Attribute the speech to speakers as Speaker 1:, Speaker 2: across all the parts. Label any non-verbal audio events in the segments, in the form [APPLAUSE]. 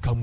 Speaker 1: Come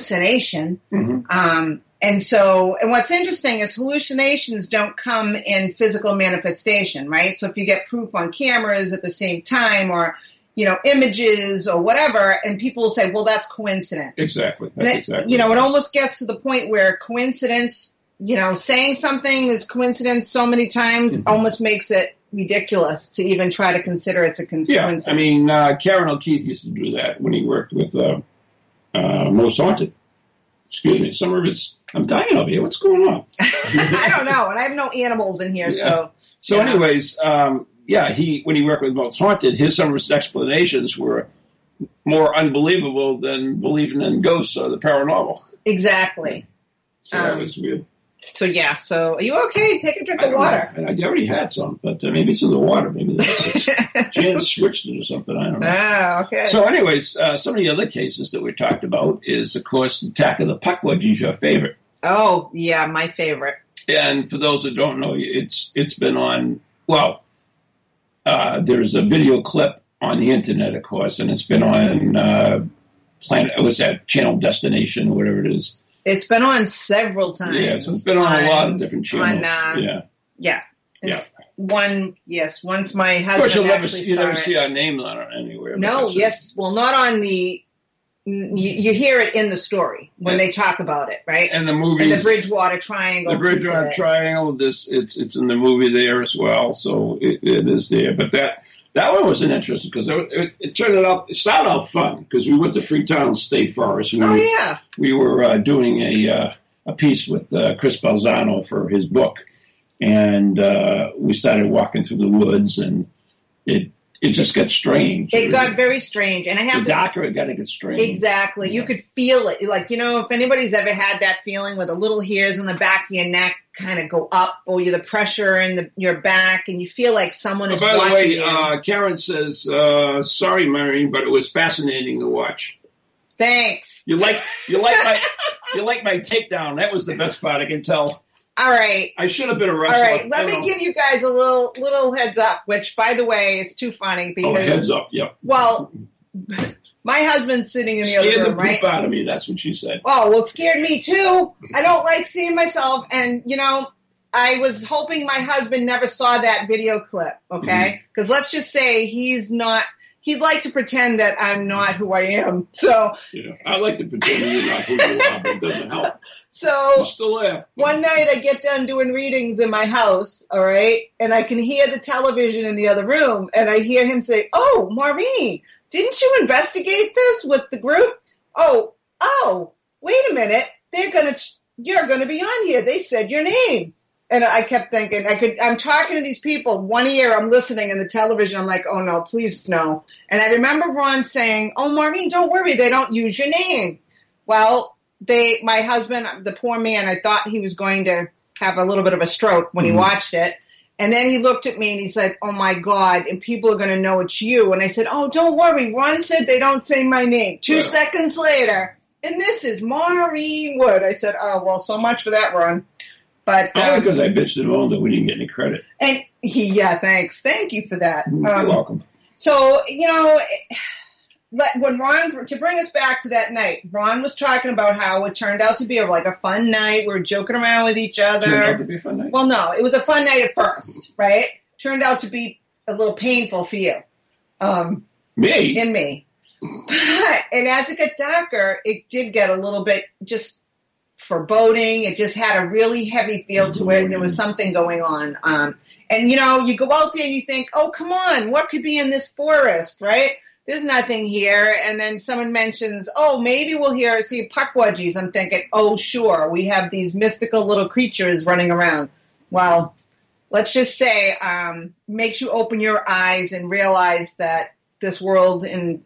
Speaker 2: hallucination.
Speaker 3: Mhm.
Speaker 2: Um, and so, and what's interesting is hallucinations don't come in physical manifestation, right? So if you get proof on cameras at the same time or, you know, images or whatever, and people will say, well, that's coincidence.
Speaker 3: exactly. That's
Speaker 2: That-
Speaker 3: exactly.
Speaker 2: You know,
Speaker 3: what
Speaker 2: it
Speaker 3: it is.
Speaker 2: almost gets to the point where coincidence, you know, saying something is coincidence so many times
Speaker 3: Mm-hmm.
Speaker 2: almost makes it ridiculous to even try to consider it's a con-
Speaker 3: Yeah,
Speaker 2: coincidence.
Speaker 3: I mean, uh, Karen O'Keefe used to do that when he worked with uh, uh, Most Haunted. Excuse me, some of his. I'm dying over here. What's going on?
Speaker 2: [LAUGHS] I
Speaker 3: [LAUGHS]
Speaker 2: don't know, and I have no animals in here, so
Speaker 3: So,
Speaker 2: Yeah.
Speaker 3: anyways, um, yeah, he when he worked with Most Haunted, his some of his explanations were more unbelievable than believing in ghosts or the paranormal.
Speaker 2: Exactly.
Speaker 3: So that
Speaker 2: Um,
Speaker 3: was weird.
Speaker 2: So yeah. So are you okay? Take a drink
Speaker 3: I
Speaker 2: of
Speaker 3: don't
Speaker 2: water.
Speaker 3: know. I already had some, but uh, maybe it's in the water. Maybe that's it.
Speaker 2: [LAUGHS]
Speaker 3: Jan switched it or something. I don't know.
Speaker 2: oh, okay.
Speaker 3: So, anyways, uh, some of the other cases that we talked about is, of course, the attack of the puck, which is your favorite.
Speaker 2: oh yeah, my favorite.
Speaker 3: And for those that don't know, it's it's been on. Well, uh, there's a video clip on the internet, of course, and it's been on uh, Planet. What's that channel? Destination, or whatever it is.
Speaker 2: It's been on several times.
Speaker 3: Yeah, so it's been on a lot of different
Speaker 2: on,
Speaker 3: channels.
Speaker 2: uh,
Speaker 3: yeah,
Speaker 2: Yeah.
Speaker 3: Yeah.
Speaker 2: One yes. Once my
Speaker 3: of
Speaker 2: husband
Speaker 3: course, you'll never
Speaker 2: actually
Speaker 3: see, you
Speaker 2: saw
Speaker 3: never
Speaker 2: it.
Speaker 3: see our name on it anywhere.
Speaker 2: No,
Speaker 3: because it's-
Speaker 2: yes. Well, not on the. You, you hear it in the story when
Speaker 3: Yeah.
Speaker 2: they talk about it, right?
Speaker 3: and the
Speaker 2: And
Speaker 3: movies.
Speaker 2: the Bridgewater Triangle.
Speaker 3: the
Speaker 2: piece of
Speaker 3: Bridgewater
Speaker 2: it.
Speaker 3: Triangle. This it's it's in the movie there as well, so it, it is there. But that that one was an interesting because it, it, it turned it out. It started out fun because we went to Freetown State Forest. We,
Speaker 2: Oh
Speaker 3: were-
Speaker 2: yeah.
Speaker 3: we were uh, doing a uh, a piece with uh, Chris Balzano for his book, and uh, we started walking through the woods, and it it just got strange.
Speaker 2: It got very strange, and I
Speaker 3: the
Speaker 2: have to.
Speaker 3: doctor it got to get strange.
Speaker 2: Exactly. You
Speaker 3: Yeah.
Speaker 2: could feel it. Like, you know, if anybody's ever had that feeling where the little hairs on the back of your neck kind of go up or you the pressure in the, your back and you feel like someone
Speaker 3: Oh,
Speaker 2: is
Speaker 3: by
Speaker 2: watching
Speaker 3: the way,
Speaker 2: you.
Speaker 3: uh, Karen says, uh, "Sorry, Maureen, but it was fascinating to watch."
Speaker 2: Thanks.
Speaker 3: You like you like my you like my takedown. That was the best part I can tell.
Speaker 2: All right.
Speaker 3: I should have been a
Speaker 2: All
Speaker 3: wrestler.
Speaker 2: right.
Speaker 3: I
Speaker 2: Let me
Speaker 3: don't-
Speaker 2: give you guys a little, little heads up, which by the way, is too funny
Speaker 3: Oh,
Speaker 2: because,
Speaker 3: heads up! Yep.
Speaker 2: well, [LAUGHS] my husband's sitting in the
Speaker 3: Scared
Speaker 2: other
Speaker 3: the
Speaker 2: room,
Speaker 3: poop
Speaker 2: right?
Speaker 3: out of me. That's what she said.
Speaker 2: oh well it scared me too i don't like seeing myself and you know i was hoping my husband never saw that video clip okay because let's just say he's not he'd like to pretend that i'm not who i am so
Speaker 3: You know, I like to pretend you're not who you are, but it doesn't help.
Speaker 2: so Oh.
Speaker 3: You're still there.
Speaker 2: one night I get done doing readings in my house, all right, and I can hear the television in the other room, and I hear him say, "Oh, Maureen, didn't you investigate this with the group? Oh, oh, wait a minute, they're gonna, you're gonna be on here. They said your name." And I kept thinking, I could, I'm talking to these people. One ear, I'm listening in the television. I'm like, oh no, please no. And I remember Ron saying, oh, Maureen, don't worry. They don't use your name. Well, they, my husband, the poor man, I thought he was going to have a little bit of a stroke when
Speaker 3: Mhm.
Speaker 2: he watched it. And then he looked at me and he said, oh my God, and people are going to know it's you. And I said, oh, don't worry. Ron said they don't say my name. Two
Speaker 3: Right.
Speaker 2: seconds later. And this is Maureen Wood. I said, oh, well, so much for that, Ron. But,
Speaker 3: All
Speaker 2: um,
Speaker 3: because I bitched and moaned that we didn't get any credit.
Speaker 2: and he, yeah, thanks. Thank you for that.
Speaker 3: You're
Speaker 2: Um,
Speaker 3: welcome.
Speaker 2: so, you know, let- when Ron, to bring us back to that night, Ron was talking about how it turned out to be like a fun night. We were joking around with each
Speaker 3: Turned out
Speaker 2: other.
Speaker 3: to be a fun night.
Speaker 2: Well, no, it was a fun night at first, right? Turned out to be a little painful for you. Um,
Speaker 3: Me?
Speaker 2: in me. But, and as it got darker, it did get a little bit just foreboding. It just had a really heavy feel to it, and there was something going on. Um, and you know, you go out there and you think, oh, come on, what could be in this forest, right? There's nothing here. And then someone mentions, oh, maybe we'll hear, see puckwudgies. I'm thinking, oh, sure, we have these mystical little creatures running around. Well, let's just say, um, makes you open your eyes and realize that this world and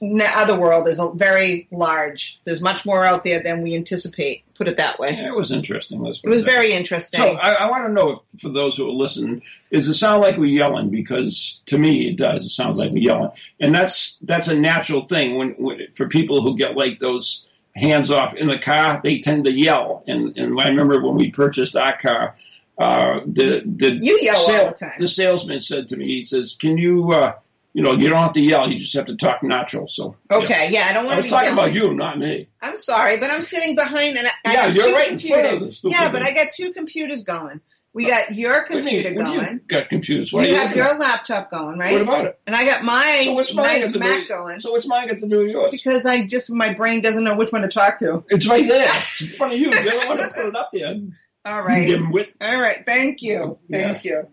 Speaker 2: the other world is a- very large. There's much more out there than we anticipate. Put it that way.
Speaker 3: Yeah, it was interesting. Let's
Speaker 2: It was
Speaker 3: put that.
Speaker 2: very interesting.
Speaker 3: So I, I want to know for those who are listening, does it sound like we're yelling? Because to me, it does. It sounds like we're yelling, and that's that's a natural thing when, when for people who get like those hands off in the car, they tend to yell. And and I remember when we purchased our car, uh, the the
Speaker 2: You yell all
Speaker 3: sale-
Speaker 2: the time.
Speaker 3: salesman said to me, he says, "Can you?" Uh, you know, you don't have to yell. You just have to talk natural. So
Speaker 2: okay, yeah, I
Speaker 3: yeah. I
Speaker 2: don't want to
Speaker 3: was
Speaker 2: be
Speaker 3: talking about
Speaker 2: yelling.
Speaker 3: you, not me.
Speaker 2: I'm sorry, but I'm sitting behind and I, I
Speaker 3: Yeah,
Speaker 2: got
Speaker 3: you're
Speaker 2: two
Speaker 3: right in front of
Speaker 2: computers.
Speaker 3: the stupid
Speaker 2: yeah, but
Speaker 3: thing. Uh,
Speaker 2: I got two computers going. We got your
Speaker 3: What do you
Speaker 2: computer
Speaker 3: mean? What do you
Speaker 2: going.
Speaker 3: got confused. What
Speaker 2: You,
Speaker 3: are you
Speaker 2: have
Speaker 3: looking
Speaker 2: your
Speaker 3: at?
Speaker 2: laptop going,
Speaker 3: What
Speaker 2: right?
Speaker 3: about it?
Speaker 2: and I got my
Speaker 3: So what's mine got
Speaker 2: nice
Speaker 3: to
Speaker 2: Mac
Speaker 3: do-
Speaker 2: going
Speaker 3: So what's mine got to do with yours?
Speaker 2: because I just my brain doesn't know which one to talk to.
Speaker 3: It's right
Speaker 2: [LAUGHS]
Speaker 3: there. It's in front of you. You're the one who put it up there.
Speaker 2: All
Speaker 3: You
Speaker 2: right.
Speaker 3: give 'em wit.
Speaker 2: All right. Thank you. Thank you.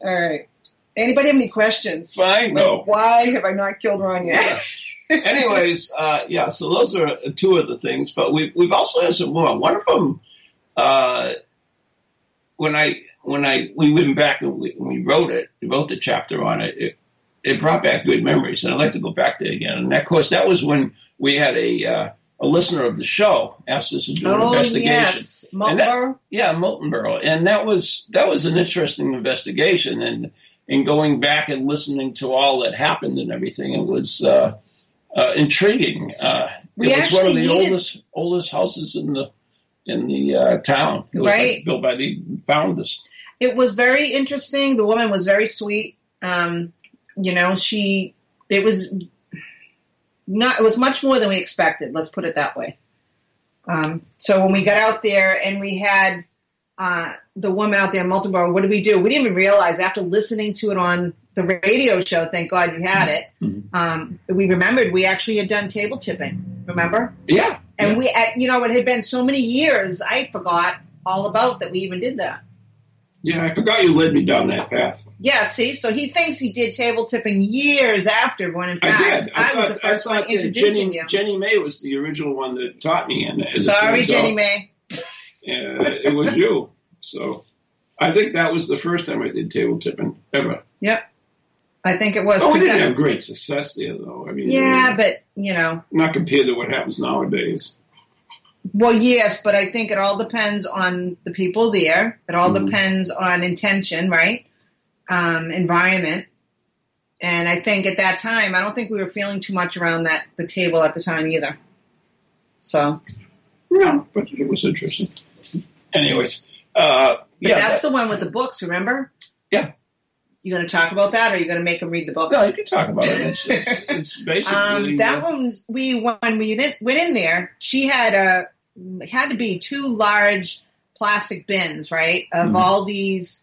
Speaker 2: All right. Anybody have any questions?
Speaker 3: It's fine.
Speaker 2: Like, [LAUGHS]
Speaker 3: No.
Speaker 2: Why have I not killed Ron yet?
Speaker 3: Anyways, uh, yeah. So those are two of the things, but we've we've also had some more. One of them, uh, when I when I we went back and we, we wrote it, we wrote the chapter on it. it it brought back good memories, and I'd like to go back there again. And of course, that was when we had a uh, a listener of the show asked us to do an
Speaker 2: oh
Speaker 3: investigation.
Speaker 2: yes,
Speaker 3: And that-
Speaker 2: Marlboro.
Speaker 3: Yeah, Molten Barrel, and that was that was an interesting investigation, and and going back and listening to all that happened and everything, it was uh, uh, intriguing. Uh,
Speaker 2: We
Speaker 3: it was one
Speaker 2: actually
Speaker 3: of the
Speaker 2: needed-
Speaker 3: oldest oldest houses in the in the uh, town. It was like
Speaker 2: Right.
Speaker 3: built by the founders.
Speaker 2: it was very interesting. The woman was very sweet. Um, you know, she it was not it was much more than we expected. Let's put it that way. Um, so when we got out there and we had uh, the woman out there in Multibor, what did we do? We didn't even realize after listening to it on the radio show. Thank God you had it.
Speaker 3: Mhm.
Speaker 2: Um, we remembered we actually had done table tipping. Remember?
Speaker 3: Yeah,
Speaker 2: And
Speaker 3: yeah.
Speaker 2: we, at, you know, it had been so many years, I forgot all about that we even did that.
Speaker 3: yeah, I forgot you led me down that path.
Speaker 2: Yeah, see, so he thinks he did table tipping years after, when in fact
Speaker 3: I did. I,
Speaker 2: was
Speaker 3: thought,
Speaker 2: the first
Speaker 3: I thought
Speaker 2: one
Speaker 3: that
Speaker 2: introducing
Speaker 3: Jenny,
Speaker 2: you.
Speaker 3: Jenny May was the original one that taught me, and as it
Speaker 2: Sorry,
Speaker 3: turns out,
Speaker 2: Jenny May.
Speaker 3: uh, it was you. So I think that was the first time I did table tipping ever.
Speaker 2: Yep, I think it was.
Speaker 3: Oh, we
Speaker 2: 'cause
Speaker 3: didn't
Speaker 2: that-
Speaker 3: have great success there, though. I mean, uh,
Speaker 2: yeah, but you know,
Speaker 3: not compared to what happens nowadays.
Speaker 2: well, yes, but I think it all depends on the people there. It all
Speaker 3: Mhm.
Speaker 2: depends on intention, right? Um, environment. And I think at that time, I don't think we were feeling too much around that the table at the time either. So,
Speaker 3: No, but it was interesting. Anyways, uh,
Speaker 2: but
Speaker 3: yeah,
Speaker 2: that's
Speaker 3: that-
Speaker 2: the one with the books. Remember?
Speaker 3: Yeah.
Speaker 2: You going to talk about that, or you going to make them read the book?
Speaker 3: no, you can talk about it. It's,
Speaker 2: [LAUGHS]
Speaker 3: it's, it's basically
Speaker 2: Um, that
Speaker 3: uh,
Speaker 2: one, we when we didn't- went in there, she had a had to be two large plastic bins, right, of
Speaker 3: Mhm.
Speaker 2: all these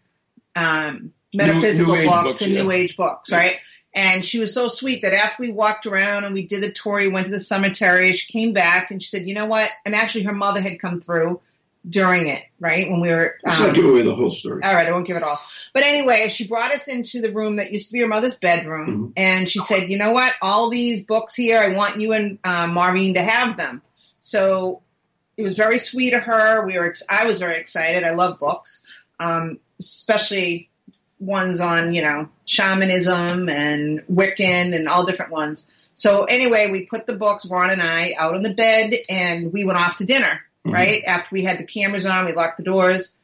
Speaker 2: um, metaphysical
Speaker 3: New- New Age
Speaker 2: books,
Speaker 3: books,
Speaker 2: and
Speaker 3: yeah.
Speaker 2: New Age books,
Speaker 3: Yeah.
Speaker 2: right? And she was so sweet that after we walked around and we did the tour, we went to the cemetery. She came back and she said, "You know what?" And actually, her mother had come through during it, right, when we were. um,
Speaker 3: let's not give away the whole story.
Speaker 2: All right, I won't give it all. But anyway, she brought us into the room that used to be her mother's bedroom, and she said, "You know what? All these books here, I want you and uh, Maureen to have them." So it was very sweet of her. We were, ex- I was very excited. I love books, um, especially ones on you know shamanism and Wiccan and all different ones. So anyway, we put the books, Ron and I, out on the bed, and we went off to dinner.
Speaker 3: Mhm.
Speaker 2: Right after we had the cameras on, we locked the doors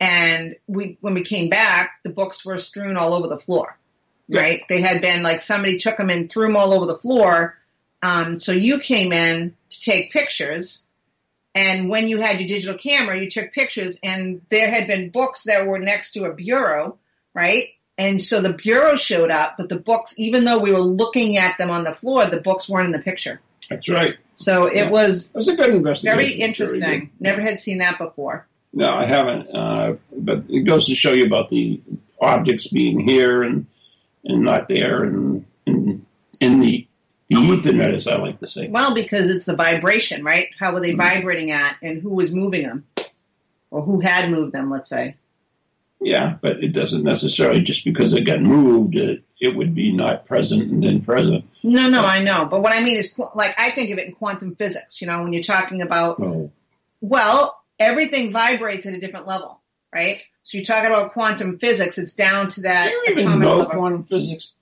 Speaker 2: and we when we came back, the books were strewn all over the floor. Right? They had been like somebody took them and threw them all over the floor. Um, so you came in to take pictures, and when you had your digital camera, you took pictures, and there had been books that were next to a bureau, right? And so the bureau showed up, but the books, even though we were looking at them on the floor, the books weren't in the
Speaker 3: Mm-hmm.
Speaker 2: picture.
Speaker 3: That's right.
Speaker 2: So it
Speaker 3: Yeah.
Speaker 2: was
Speaker 3: It was a good investigation.
Speaker 2: very
Speaker 3: Very good.
Speaker 2: interesting. Never had seen that before.
Speaker 3: No, I haven't. Uh, but it goes to show you about the objects being here and and not there, and in, in the the ethernet, as I like to say.
Speaker 2: Well, because it's the vibration, right? How were they vibrating at, and who was moving them, or who had moved them? Let's say.
Speaker 3: Yeah, but it doesn't necessarily just because it got moved, it, it would be not present and then present.
Speaker 2: No, no, I know, but what I mean is, qu- like, I think of it in quantum physics. You know, when you're talking about,
Speaker 3: Oh,
Speaker 2: well, everything vibrates at a different level, right? So you're talking about quantum physics. It's down to
Speaker 3: do
Speaker 2: that
Speaker 3: you even
Speaker 2: Uh, atomic
Speaker 3: know
Speaker 2: level.
Speaker 3: quantum physics?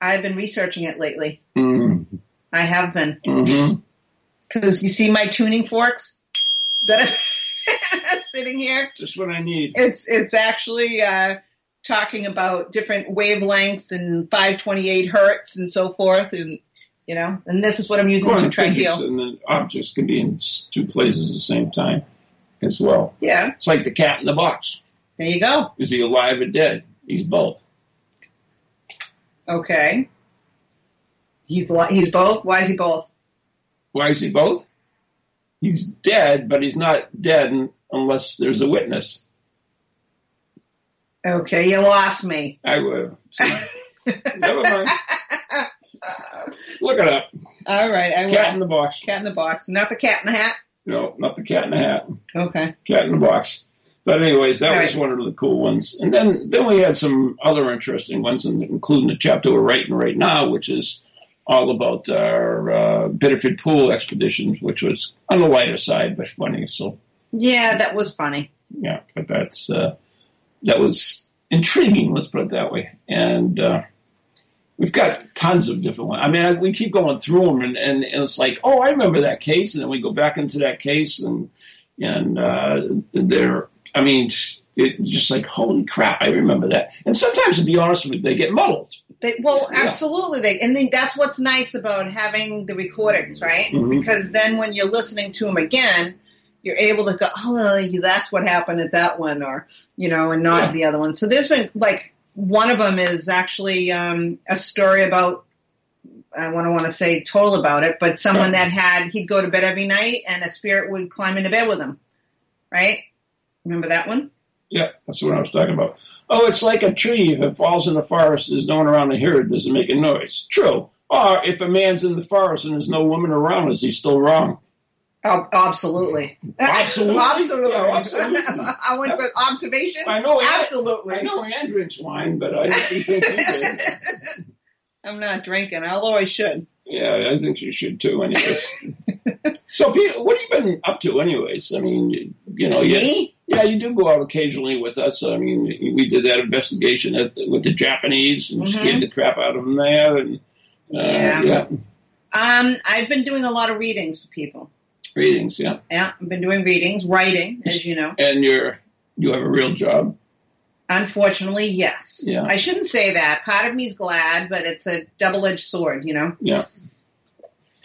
Speaker 2: I've been researching it lately.
Speaker 3: Mm-hmm.
Speaker 2: I have been because you see my tuning forks that are [LAUGHS] sitting here.
Speaker 3: Just what I need.
Speaker 2: it's it's actually uh, talking about different wavelengths and 528 hertz and so forth and you know and this is what i'm using to
Speaker 3: Quantum
Speaker 2: try
Speaker 3: physics
Speaker 2: heal
Speaker 3: and the objects can be in s- two places at the same time as well.
Speaker 2: yeah
Speaker 3: It's like the cat in the box.
Speaker 2: there you go
Speaker 3: Is he alive or dead? He's both.
Speaker 2: okay he's li- he's both why is he both
Speaker 3: Why is he both? He's dead, but he's not dead un- unless there's a witness.
Speaker 2: okay you lost me
Speaker 3: I would. [LAUGHS] Never mind. Look it up.
Speaker 2: all right i
Speaker 3: Cat in
Speaker 2: will
Speaker 3: the box.
Speaker 2: cat in the box not the cat in the hat
Speaker 3: No, not the cat in the hat.
Speaker 2: okay
Speaker 3: Cat in the box. But anyways, that was
Speaker 2: Nice.
Speaker 3: one of the cool ones. And then then we had some other interesting ones, in- including the chapter we're writing right now, which is all about our uh, Bitterford Pool expeditions, which was on the lighter side but funny. So
Speaker 2: yeah that was funny
Speaker 3: yeah, but that's uh, that was intriguing. Let's put it that way. And uh, We've got tons of different ones. I mean, I, we keep going through them, and, and, and it's like, oh, I remember that case, and then we go back into that case, and and uh, they're, I mean, it just like, holy crap, I remember that. And sometimes, to be honest with you, they get muddled.
Speaker 2: They, well,
Speaker 3: Yeah.
Speaker 2: absolutely. They, and then that's what's nice about having the recordings, right?
Speaker 3: Mhm.
Speaker 2: Because then when you're listening to them again, you're able to go, oh, well, that's what happened at that one, or you know, and not
Speaker 3: Yeah.
Speaker 2: the other one. So there's been like one of them is actually um, a story about. I want to want to say total about it, but
Speaker 3: Right.
Speaker 2: someone that had he'd go to bed every night and a spirit would climb into bed with him, right? Remember that one?
Speaker 3: Yeah, that's what I was talking about. Oh, it's like a tree. If it falls in the forest, there's no one around to hear it. Doesn't make a noise. True. Or if a man's in the forest and there's no woman around, is he still wrong?
Speaker 2: Ob- absolutely.
Speaker 3: Oh, Absolutely.
Speaker 2: [LAUGHS] absolutely.
Speaker 3: Yeah, absolutely.
Speaker 2: [LAUGHS] I went with observation.
Speaker 3: I know.
Speaker 2: Absolutely.
Speaker 3: I know Ann drinks wine, but I didn't think he did.
Speaker 2: I'm not drinking, although I should.
Speaker 3: Yeah, I think she should too. Anyways.
Speaker 2: [LAUGHS]
Speaker 3: so, Peter, what have you been up to? Anyways, I mean, you, you know, Oh, yeah,
Speaker 2: Me?
Speaker 3: yeah, you do go out occasionally with us. I mean, we did that investigation at the, with the Japanese and
Speaker 2: Mhm.
Speaker 3: scared the crap out of them there, and uh,
Speaker 2: Yeah.
Speaker 3: yeah,
Speaker 2: Um, I've been doing a lot of readings for people.
Speaker 3: readings, yeah.
Speaker 2: Yeah, I've been doing readings, writing, as you know.
Speaker 3: and you're you have a real job.
Speaker 2: Unfortunately, yes.
Speaker 3: Yeah.
Speaker 2: I shouldn't say that. Part of me's glad, but it's a double-edged sword, you know?
Speaker 3: Yeah.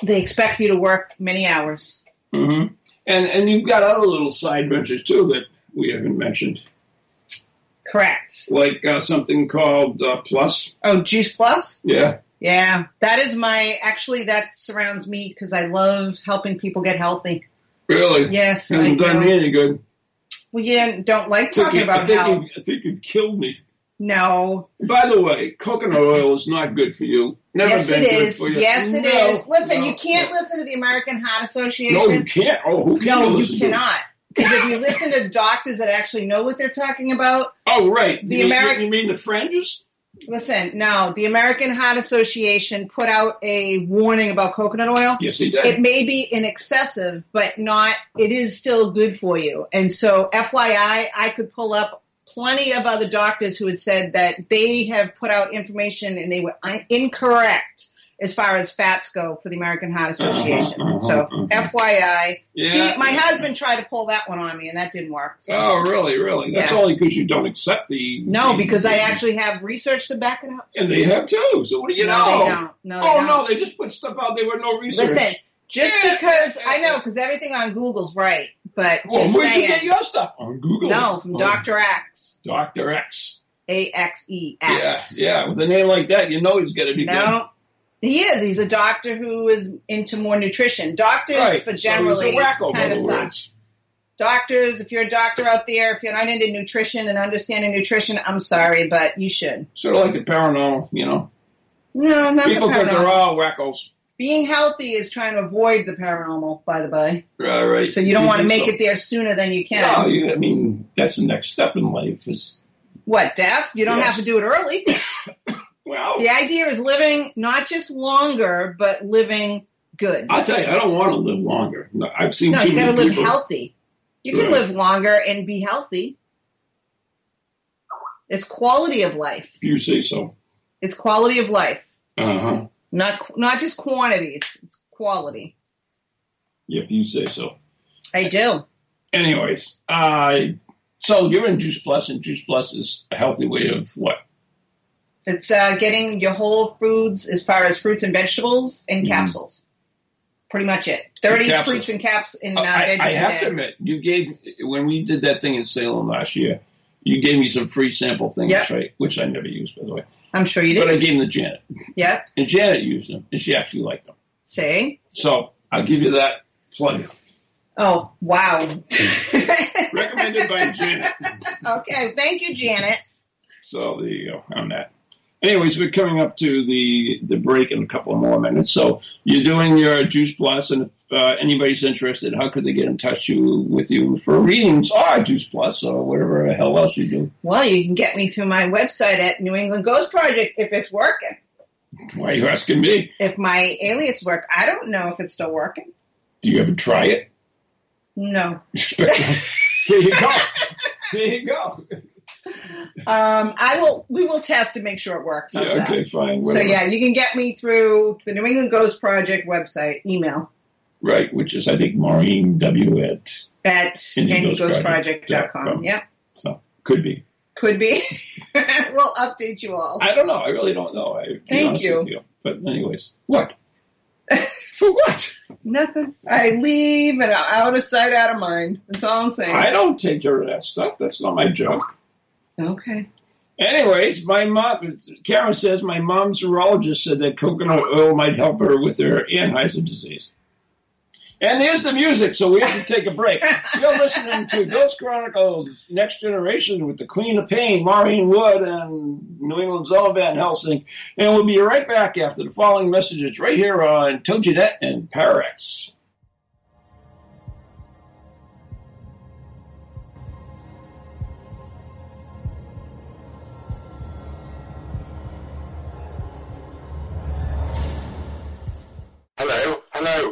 Speaker 2: They expect you to work many hours.
Speaker 3: hmm And and you've got other little side ventures too that we haven't mentioned,
Speaker 2: Correct.
Speaker 3: like uh, something called uh, Plus.
Speaker 2: Oh, Juice Plus?
Speaker 3: Yeah.
Speaker 2: Yeah, that is my, actually that surrounds me because I love helping people get healthy.
Speaker 3: Really.
Speaker 2: Yes, I
Speaker 3: Hasn't done
Speaker 2: do.
Speaker 3: me any good.
Speaker 2: Well, you don't like
Speaker 3: I think
Speaker 2: talking
Speaker 3: you- I
Speaker 2: about
Speaker 3: think
Speaker 2: health.
Speaker 3: you- I think you killed me.
Speaker 2: No.
Speaker 3: By the way, coconut oil is not good for you. Never
Speaker 2: yes,
Speaker 3: been
Speaker 2: it
Speaker 3: good
Speaker 2: is.
Speaker 3: for you.
Speaker 2: Yes, it is.
Speaker 3: No,
Speaker 2: Listen,
Speaker 3: no,
Speaker 2: you can't
Speaker 3: no.
Speaker 2: listen to the American Heart Association.
Speaker 3: No, you can't. Oh, who can
Speaker 2: No, you
Speaker 3: listen to?
Speaker 2: cannot. Because if you listen to doctors that actually know what they're talking about,
Speaker 3: Oh, right.
Speaker 2: The
Speaker 3: you, mean-
Speaker 2: Ameri-
Speaker 3: You mean the fringes?
Speaker 2: listen, no, the American Heart Association put out a warning about coconut oil.
Speaker 3: Yes, he did.
Speaker 2: It may be in excessive, but not, it is still good for you. And so FYI, I could pull up plenty of other doctors who had said that they have put out information and they were i- incorrect as far as fats go for the American Heart Association.
Speaker 3: Uh-huh, uh-huh,
Speaker 2: so
Speaker 3: uh-huh.
Speaker 2: FYI,
Speaker 3: Yeah.
Speaker 2: Steve, my husband tried to pull that one on me and that didn't work. So.
Speaker 3: oh, really? Really? That's
Speaker 2: Yeah.
Speaker 3: only because you don't accept the.
Speaker 2: No, because I
Speaker 3: the-
Speaker 2: actually have research to back it up.
Speaker 3: And they have too. So what do you
Speaker 2: no,
Speaker 3: know?
Speaker 2: they don't. No, they
Speaker 3: oh
Speaker 2: don't.
Speaker 3: no, they just put stuff out there with no research.
Speaker 2: Listen, just
Speaker 3: Yeah.
Speaker 2: because I know, because everything on Google's right, but
Speaker 3: well,
Speaker 2: just
Speaker 3: where'd
Speaker 2: saying,
Speaker 3: you get your stuff on Google?
Speaker 2: no, from
Speaker 3: Oh,
Speaker 2: Doctor Axe,
Speaker 3: Dr. X.
Speaker 2: A X E
Speaker 3: Yeah,
Speaker 2: X.
Speaker 3: yeah. With a name like that, you know he's got to be good.
Speaker 2: No, he is. He's a doctor who is into more nutrition. Doctors
Speaker 3: Right.
Speaker 2: for
Speaker 3: So
Speaker 2: generally
Speaker 3: he's a wacko, by
Speaker 2: kind of
Speaker 3: the
Speaker 2: suck.
Speaker 3: words.
Speaker 2: Doctors, if you're a doctor out there, if you're not into nutrition and understanding nutrition, I'm sorry, but you should.
Speaker 3: Sort of like the paranormal, you know.
Speaker 2: No, not
Speaker 3: People
Speaker 2: the
Speaker 3: think they're
Speaker 2: paranormal.
Speaker 3: all wackos.
Speaker 2: Being healthy is trying to avoid the paranormal, by the by.
Speaker 3: Right, right.
Speaker 2: So you don't want to make
Speaker 3: think
Speaker 2: it there sooner than you
Speaker 3: so?
Speaker 2: can.
Speaker 3: No, you, I mean that's the next step in life. Is
Speaker 2: What, death? You don't
Speaker 3: Yes.
Speaker 2: have to do it early.
Speaker 3: well,
Speaker 2: the idea is living not just longer, but living good.
Speaker 3: I'll tell you, I don't want to live longer. No, I've seen
Speaker 2: no,
Speaker 3: too
Speaker 2: you gotta
Speaker 3: many
Speaker 2: live
Speaker 3: people.
Speaker 2: healthy. You can
Speaker 3: Right.
Speaker 2: live longer and be healthy. It's quality of life.
Speaker 3: If you say so.
Speaker 2: It's quality of life.
Speaker 3: Uh huh.
Speaker 2: Not not just quantities. It's quality.
Speaker 3: If you say so.
Speaker 2: I do.
Speaker 3: anyways, I so you're in Juice Plus, and Juice Plus is a healthy way of what?
Speaker 2: It's uh, getting your whole foods as far as fruits and vegetables in
Speaker 3: Mhm.
Speaker 2: capsules. Pretty much it. Thirty
Speaker 3: Capsules.
Speaker 2: fruits and caps in uh,
Speaker 3: I,
Speaker 2: veggies
Speaker 3: I
Speaker 2: a
Speaker 3: have
Speaker 2: day.
Speaker 3: to admit, you gave when we did that thing in Salem last year. You gave me some free sample things,
Speaker 2: Yep.
Speaker 3: right? Which I never used, by the way.
Speaker 2: I'm sure you
Speaker 3: But I
Speaker 2: did.
Speaker 3: gave them to Janet,
Speaker 2: Yep.
Speaker 3: and Janet used them, and she actually liked them.
Speaker 2: See?
Speaker 3: So I'll give you that plug.
Speaker 2: Oh, wow. [LAUGHS]
Speaker 3: Recommended by Janet.
Speaker 2: okay. Thank you, Janet.
Speaker 3: So there you go on that. Anyways, we're coming up to the the break in a couple of more minutes. So you're doing your Juice Plus, and if uh, anybody's interested, how could they get in touch you, with you for readings or Juice Plus or whatever the hell else you do?
Speaker 2: Well, you can get me through my website at New England Ghost Project if it's working.
Speaker 3: Why are you asking me?
Speaker 2: If my alias work, I don't know if it's still working.
Speaker 3: Do you ever try it? [LAUGHS]
Speaker 2: No.
Speaker 3: there you go. There you go.
Speaker 2: Um, I will. We will test and make sure it works. How's
Speaker 3: Yeah,
Speaker 2: that?
Speaker 3: okay, fine.
Speaker 2: So
Speaker 3: Whatever.
Speaker 2: yeah, you can get me through the New England Ghost Project website email
Speaker 3: Right, which is I think Maureen W at
Speaker 2: at anyghostproject.com.
Speaker 3: anyghostproject.com.
Speaker 2: Yep,
Speaker 3: so could be.
Speaker 2: could be. [LAUGHS] we'll update you all.
Speaker 3: I don't know. I really don't know. I, to be
Speaker 2: Thank
Speaker 3: honest
Speaker 2: you.
Speaker 3: with But anyways, what? [LAUGHS] For what?
Speaker 2: Nothing. I leave and I'm out of sight, out of mind. That's all I'm saying.
Speaker 3: I don't take care of that stuff. That's not my job.
Speaker 2: okay.
Speaker 3: Anyways, my mom, Karen says my mom's urologist said that coconut oil might help her with her Anheuser disease. And here's the music, so we have to take a break. You're listening to Ghost Chronicles Next Generation with the Queen of Pain, Maureen Wood, and New England's own Van Helsing. And we'll be right back after the following messages right here on TojiNet and Parax.
Speaker 4: Hello, hello,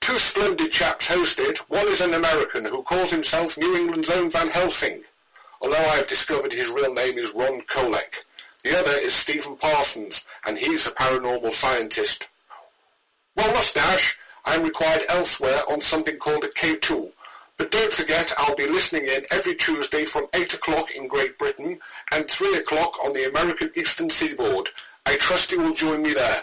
Speaker 4: Two splendid chaps host it. One is an American who calls himself New England's own Van Helsing, although I have discovered his real name is Ron Kolek. The other is Stephen Parsons, and he's a paranormal scientist. Well, mustache, I'm required elsewhere on something called a K2. But don't forget, I'll be listening in every Tuesday from 8 o'clock in Great Britain and 3 o'clock on the American Eastern Seaboard. I trust you will join me there.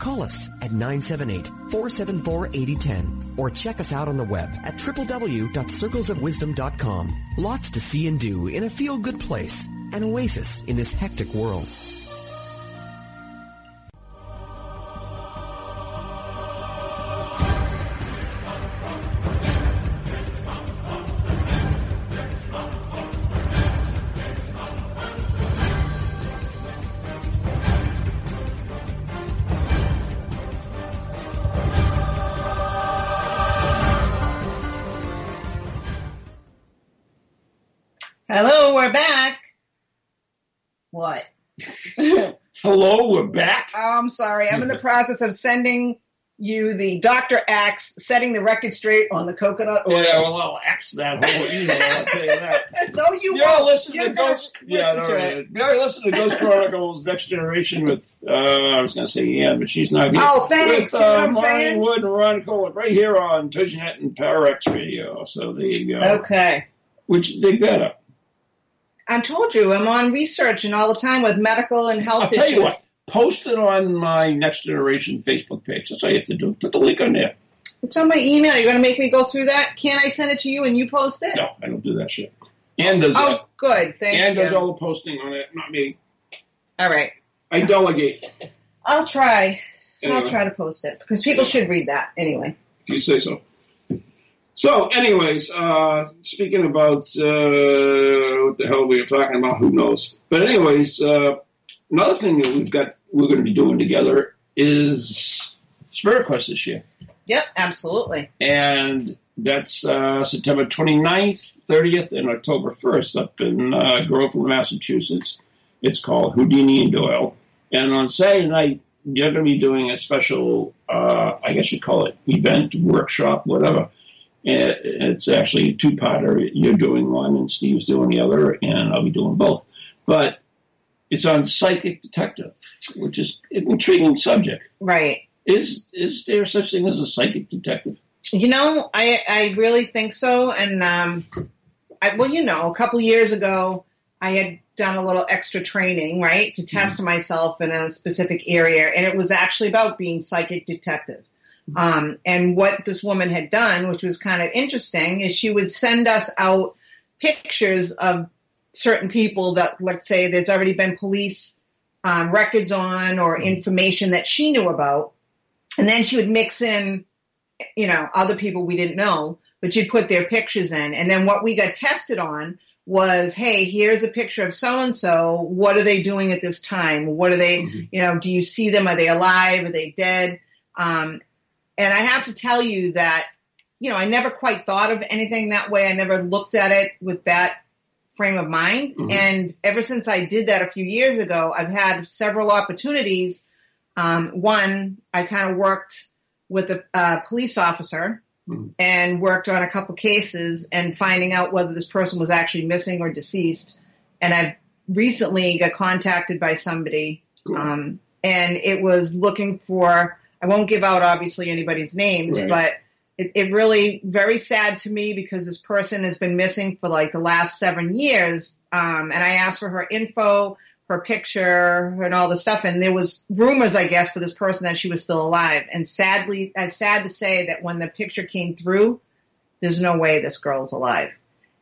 Speaker 5: Call us at 978-474-8010 or check us out on the web at www.circlesofwisdom.com. Lots to see and do in a feel-good place, an oasis in this hectic world.
Speaker 2: Hello, we're back. What?
Speaker 3: [LAUGHS] Hello, we're back.
Speaker 2: Oh, I'm sorry. I'm in [LAUGHS] the process of sending you the Dr. Axe setting the record straight on the coconut oil.
Speaker 3: Yeah, well, I'll axe that whole email, I'll tell you that.
Speaker 2: [LAUGHS] no, you
Speaker 3: You're
Speaker 2: won't.
Speaker 3: listening
Speaker 2: You're
Speaker 3: to Ghost.
Speaker 2: gonna
Speaker 3: yeah,
Speaker 2: listen
Speaker 3: no,
Speaker 2: to
Speaker 3: no,
Speaker 2: it.
Speaker 3: no. You're listening to Ghost Chronicles: Next Generation with uh, I was going to say Ian, but she's not here.
Speaker 2: Oh, thanks.
Speaker 3: With,
Speaker 2: You know what
Speaker 3: uh,
Speaker 2: I'm
Speaker 3: Maureen
Speaker 2: saying?
Speaker 3: Wood and Ron Cohen, right here on Tojinet and Power X Radio. So there you go.
Speaker 2: Okay.
Speaker 3: Which they better.
Speaker 2: I told you I'm on research and all the time with medical and health
Speaker 3: I'll tell
Speaker 2: issues.
Speaker 3: you what. Post it on my Next Generation Facebook page. That's all you have to do. Put the link on there.
Speaker 2: It's on my email. You're going to make me go through that? Can't I send it to you and you post it?
Speaker 3: No, I don't do that shit. Ann does
Speaker 2: Oh,
Speaker 3: that.
Speaker 2: good. Thank
Speaker 3: Ann
Speaker 2: you.
Speaker 3: does all the posting on it, not me.
Speaker 2: all right.
Speaker 3: I delegate.
Speaker 2: I'll try. I'll
Speaker 3: Anyway.
Speaker 2: try to post it because people should read that anyway.
Speaker 3: if you say so. So, anyways, uh, speaking about uh, what the hell we were talking about, who knows? But, anyways, uh, another thing that we've got, we're going to be doing together is Spirit Quest this year,
Speaker 2: Yep, absolutely.
Speaker 3: and that's uh, September 29th, 30th, and October 1st up in uh, Groveland, Massachusetts. It's called Houdini and Doyle, and on Saturday night you're going to be doing a special, uh, I guess you call it event, workshop, whatever. And It's actually a two-parter. You're doing one, and Steve's doing the other, and I'll be doing both. but it's on psychic detective, which is an intriguing subject.
Speaker 2: Right.
Speaker 3: Is is there such thing as a psychic detective?
Speaker 2: You know, I I really think so. And um, I, well, you know, a couple years ago, I had done a little extra training, right, to test myself in a specific area, and it was actually about being psychic detective. Um, and what this woman had done, which was kind of interesting, is she would send us out pictures of certain people that, let's say, there's already been police um, records on or information that she knew about, and then she would mix in you know, other people we didn't know, but you'd put their pictures in. And then what we got tested on was, hey, here's a picture of so and so. What are they doing at this time? What are they, you know, do you see them? Are they alive? Are they dead? Um, and I have to tell you that, you know, I never quite thought of anything that way. I never looked at it with that frame of mind. And ever since I did that a few years ago, I've had several opportunities. Um, one, I kind of worked with a uh, police officer and worked on a couple cases and finding out whether this person was actually missing or deceased. And I recently got contacted by somebody, um, and it was looking for. I won't give out obviously anybody's names,
Speaker 3: Right.
Speaker 2: but it, it really very sad to me because this person has been missing for like the last seven years. Um, and I asked for her info, her picture, and all the stuff. And there was rumors, I guess, for this person that she was still alive. And sadly, it's sad to say that when the picture came through, there's no way this girl's alive.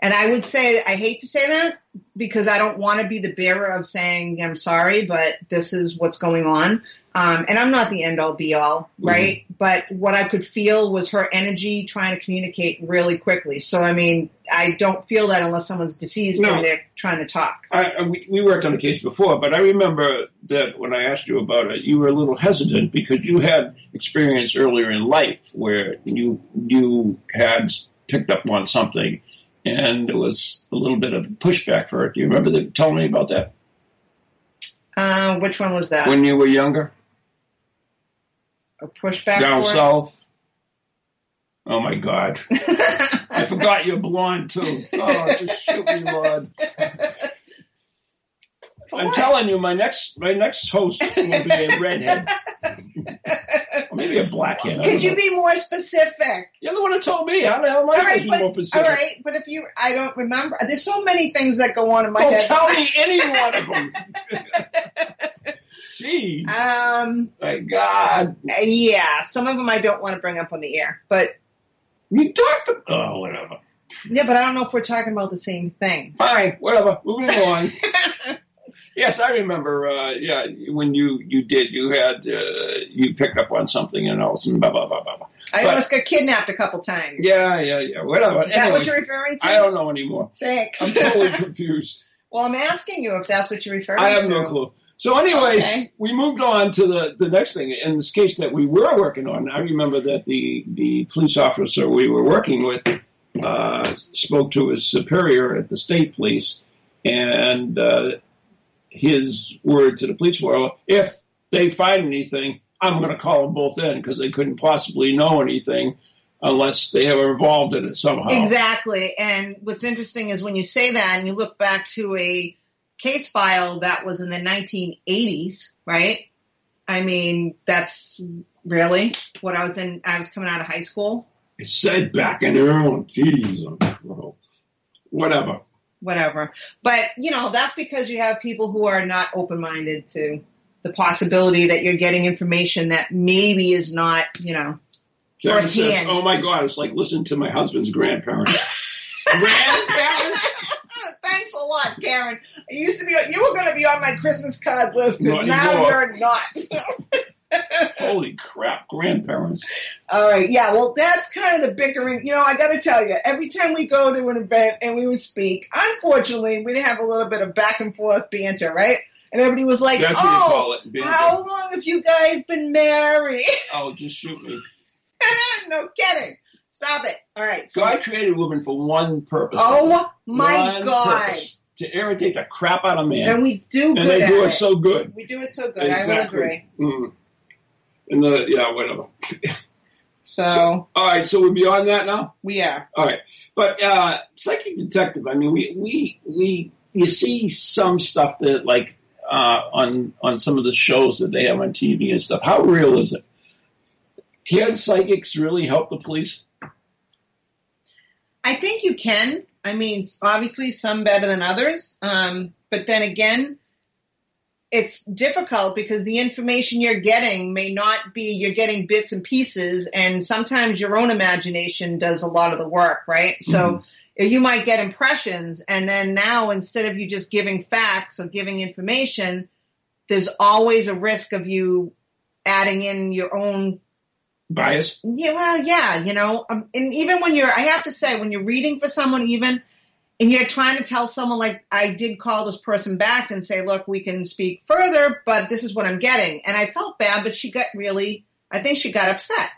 Speaker 2: And I would say, I hate to say that because I don't want to be the bearer of saying, I'm sorry, but this is what's going on. Um, and I'm not the end all be all,
Speaker 3: Mm-hmm.
Speaker 2: right? But what I could feel was her energy trying to communicate really quickly. So, I mean, I don't feel that unless someone's deceased
Speaker 3: No.
Speaker 2: and they're trying to talk.
Speaker 3: I, I- we, we worked on a case before, but I remember that when I asked you about it, you were a little hesitant because you had experience earlier in life where you you had picked up on something, and there was a little bit of pushback for it. Do you remember the, telling me about that
Speaker 2: Uh, which one was that?
Speaker 3: when you were younger,
Speaker 2: a pushback?
Speaker 3: down
Speaker 2: for it?
Speaker 3: south? Oh my
Speaker 2: [LAUGHS]
Speaker 3: God, I forgot you're blonde too. Oh, just shoot me, Lord. I'm telling you, my next my next host will be a
Speaker 2: [LAUGHS]
Speaker 3: redhead, or maybe a blackhead. I don't
Speaker 2: Could you
Speaker 3: know.
Speaker 2: be more specific?
Speaker 3: You're the one who told me. How the hell am I
Speaker 2: All
Speaker 3: supposed
Speaker 2: right,
Speaker 3: to
Speaker 2: but,
Speaker 3: be more
Speaker 2: all
Speaker 3: specific?
Speaker 2: right, but if you, I don't remember. There's so many things that go on in my
Speaker 3: Don't
Speaker 2: head.
Speaker 3: tell me any one of them.
Speaker 2: [LAUGHS]
Speaker 3: Jeez,
Speaker 2: Um,
Speaker 3: my God,
Speaker 2: uh, yeah, some of them I don't want to bring up on the air, but
Speaker 3: you talked. To- oh, whatever.
Speaker 2: yeah, but I don't know if we're talking about the same thing.
Speaker 3: Fine, whatever.
Speaker 2: [LAUGHS]
Speaker 3: Moving along. yes, I remember. Uh, yeah, when you you did, you had uh, you picked up on something and all of a sudden, blah blah blah blah blah.
Speaker 2: I
Speaker 3: But-
Speaker 2: almost got kidnapped a couple times.
Speaker 3: Yeah, yeah, yeah. Whatever.
Speaker 2: Is that
Speaker 3: Anyway,
Speaker 2: what you're referring to?
Speaker 3: I don't know anymore.
Speaker 2: Thanks.
Speaker 3: I'm totally confused.
Speaker 2: [LAUGHS] well, I'm asking you if that's what you're referring to.
Speaker 3: I have no clue. So, anyways,
Speaker 2: Okay.
Speaker 3: we moved on to the, the next thing. In this case that we were working on, I remember that the, the police officer we were working with uh, spoke to his superior at the state police, and uh, his word to the police were, if they find anything, I'm going to call them both in because they couldn't possibly know anything unless they were involved in it somehow.
Speaker 2: Exactly. And what's interesting is when you say that and you look back to a case file that was in the 1980s, right? I mean, that's really what I was in. I was coming out of high school,
Speaker 3: It said back in their own jeez, oh, whatever.
Speaker 2: whatever. But, you know, that's because you have people who are not open minded to the possibility that you're getting information that maybe is not, you know,
Speaker 3: Karen
Speaker 2: Firsthand.
Speaker 3: says, "Oh my God, it's like listening to my husband's
Speaker 2: [LAUGHS]
Speaker 3: grandparents." grandparents?
Speaker 2: [LAUGHS] Thanks a lot, Karen. You used to be you were going to be on my Christmas card list, and
Speaker 3: Not
Speaker 2: now
Speaker 3: anymore.
Speaker 2: you're not.
Speaker 3: Holy crap, grandparents!
Speaker 2: All right, yeah. Well, that's kind of the bickering. You know, I got to tell you, every time we go to an event and we would speak, unfortunately, we'd have a little bit of back and forth banter, right? And everybody was like,
Speaker 3: That's what you
Speaker 2: "Oh,
Speaker 3: call it. being-
Speaker 2: how long have you guys been married?" [LAUGHS]
Speaker 3: Oh, just shoot me.
Speaker 2: no kidding. Stop it. All right. So,
Speaker 3: God created woman for one purpose.
Speaker 2: oh my
Speaker 3: One
Speaker 2: god,
Speaker 3: purpose, to irritate the crap out of man,
Speaker 2: and we do good
Speaker 3: And they
Speaker 2: at
Speaker 3: do it
Speaker 2: it.
Speaker 3: so good.
Speaker 2: we do it so good. I will
Speaker 3: Exactly.
Speaker 2: agree.
Speaker 3: Mm. And the yeah, whatever.
Speaker 2: So
Speaker 3: All right, so we're beyond that now.
Speaker 2: we are.
Speaker 3: All right, but uh, psychic detective. I mean, we we we you see some stuff that like uh, on on some of the shows that they have on TV and stuff. How real is it? Can psychics really help the police?
Speaker 2: I think you can. I mean, s- obviously, some better than others. Um, but then again, it's difficult because the information you're getting may not be, you're getting bits and pieces, and sometimes your own imagination does a lot of the work, right? So eh, you might get impressions, and then now instead of you just giving facts or giving information, there's always a risk of you adding in your own
Speaker 3: Bias?
Speaker 2: yeah, well, yeah, you know, um, and even when you're, I have to say, when you're reading for someone, even, and you're trying to tell someone, like, I did call this person back and say, look, we can speak further, but this is what I'm getting. And I felt bad, but she got really, I think she got upset.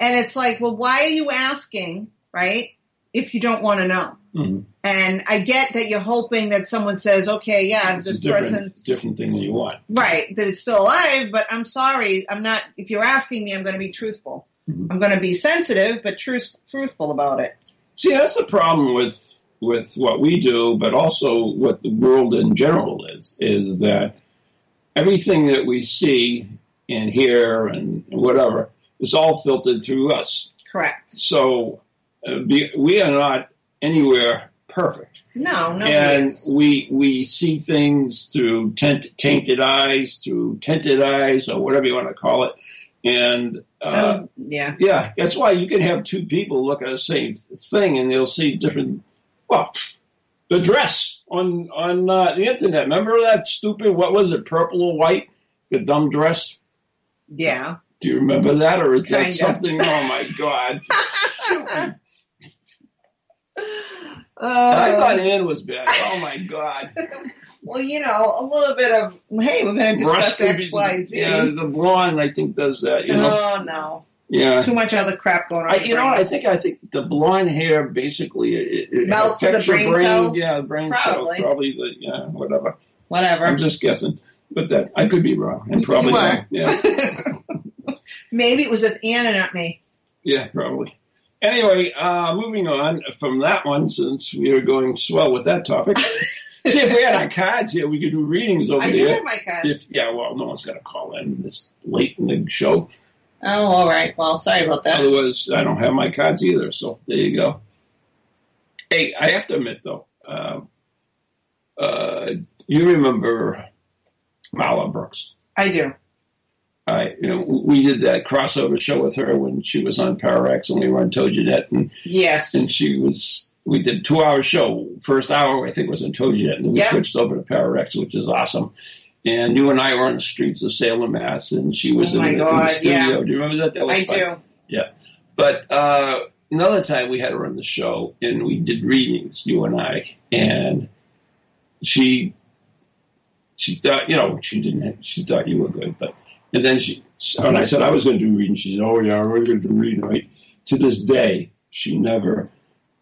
Speaker 2: And it's like, well, why are you asking, right, if you don't want to know?
Speaker 3: Mhm.
Speaker 2: And I get that you're hoping that someone says, okay, yeah,
Speaker 3: It's
Speaker 2: this
Speaker 3: a different,
Speaker 2: person's
Speaker 3: different thing than you want.
Speaker 2: Right, that it's still alive, but I'm sorry, I'm not, if you're asking me, I'm going to be truthful. I'm going to be sensitive, but truth, truthful about it.
Speaker 3: See, that's the problem with with what we do, but also what the world in general is, is that everything that we see and hear and whatever is all filtered through us.
Speaker 2: Correct.
Speaker 3: So uh, be, we are not anywhere perfect,
Speaker 2: No, no,
Speaker 3: and
Speaker 2: yes.
Speaker 3: we we see things through tent, tainted eyes, through tinted eyes, or whatever you want to call it, and. uh,
Speaker 2: So, yeah.
Speaker 3: yeah, that's why you can have two people look at the same thing and they'll see different. Well, pff, the dress on on uh, the internet. Remember that stupid? What was it? Purple or white? The dumb dress.
Speaker 2: Yeah.
Speaker 3: Do you remember that, or is that
Speaker 2: Kinda.
Speaker 3: something? Oh my god!
Speaker 2: Uh,
Speaker 3: I thought Ann was bad. Oh my
Speaker 2: [LAUGHS]
Speaker 3: god!
Speaker 2: well, you know, a little bit of, hey, we're going to discuss
Speaker 3: Rusty-
Speaker 2: X, Y, Z.
Speaker 3: Yeah, the blonde I think does that. You know?
Speaker 2: Oh, no.
Speaker 3: yeah.
Speaker 2: Too much other crap going on.
Speaker 3: I,
Speaker 2: in
Speaker 3: you
Speaker 2: the
Speaker 3: know,
Speaker 2: brain.
Speaker 3: I think I think the blonde hair basically it, it
Speaker 2: Melts the
Speaker 3: affects your
Speaker 2: brain cells?
Speaker 3: Yeah, the brain
Speaker 2: Probably.
Speaker 3: cells, probably the yeah, whatever.
Speaker 2: Whatever. [LAUGHS]
Speaker 3: I'm just guessing, but that I could be wrong, and probably
Speaker 2: You are.
Speaker 3: wrong. yeah,
Speaker 2: Maybe it was with Anna, not me.
Speaker 3: yeah, probably. Anyway, uh, moving on from that one, since we are going swell with that
Speaker 2: [LAUGHS]
Speaker 3: topic. See, if we had our cards here, we could do readings over
Speaker 2: I do
Speaker 3: here.
Speaker 2: have my cards.
Speaker 3: If, yeah, well, no one's going to call in this late in the show.
Speaker 2: Oh, all right. Well, sorry about that.
Speaker 3: Otherwise, I don't have my cards either. So there you go. Hey, I have to admit though, um, uh, you remember Marla Brooks?
Speaker 2: I do.
Speaker 3: I, you know, we did that crossover show with her when she was on Pararex and we were on Tojanet, and,
Speaker 2: Yes.
Speaker 3: and she was. We did a two-hour show. First hour, I think, was on Tojanet, and then we
Speaker 2: Yeah.
Speaker 3: switched over to Pararex, which is awesome. And you and I were on the streets of Salem, Mass, and she was
Speaker 2: Oh,
Speaker 3: in,
Speaker 2: my
Speaker 3: the, in the
Speaker 2: God,
Speaker 3: studio.
Speaker 2: yeah.
Speaker 3: Do you remember that? That was
Speaker 2: I
Speaker 3: fun.
Speaker 2: do.
Speaker 3: But uh, another time we had her on the show and we did readings, you and I, and she she thought you know she didn't have, she thought you were good, but and then she and I said I was going to do reading. She said, "Oh yeah, we're going to do reading." Right to this day, she never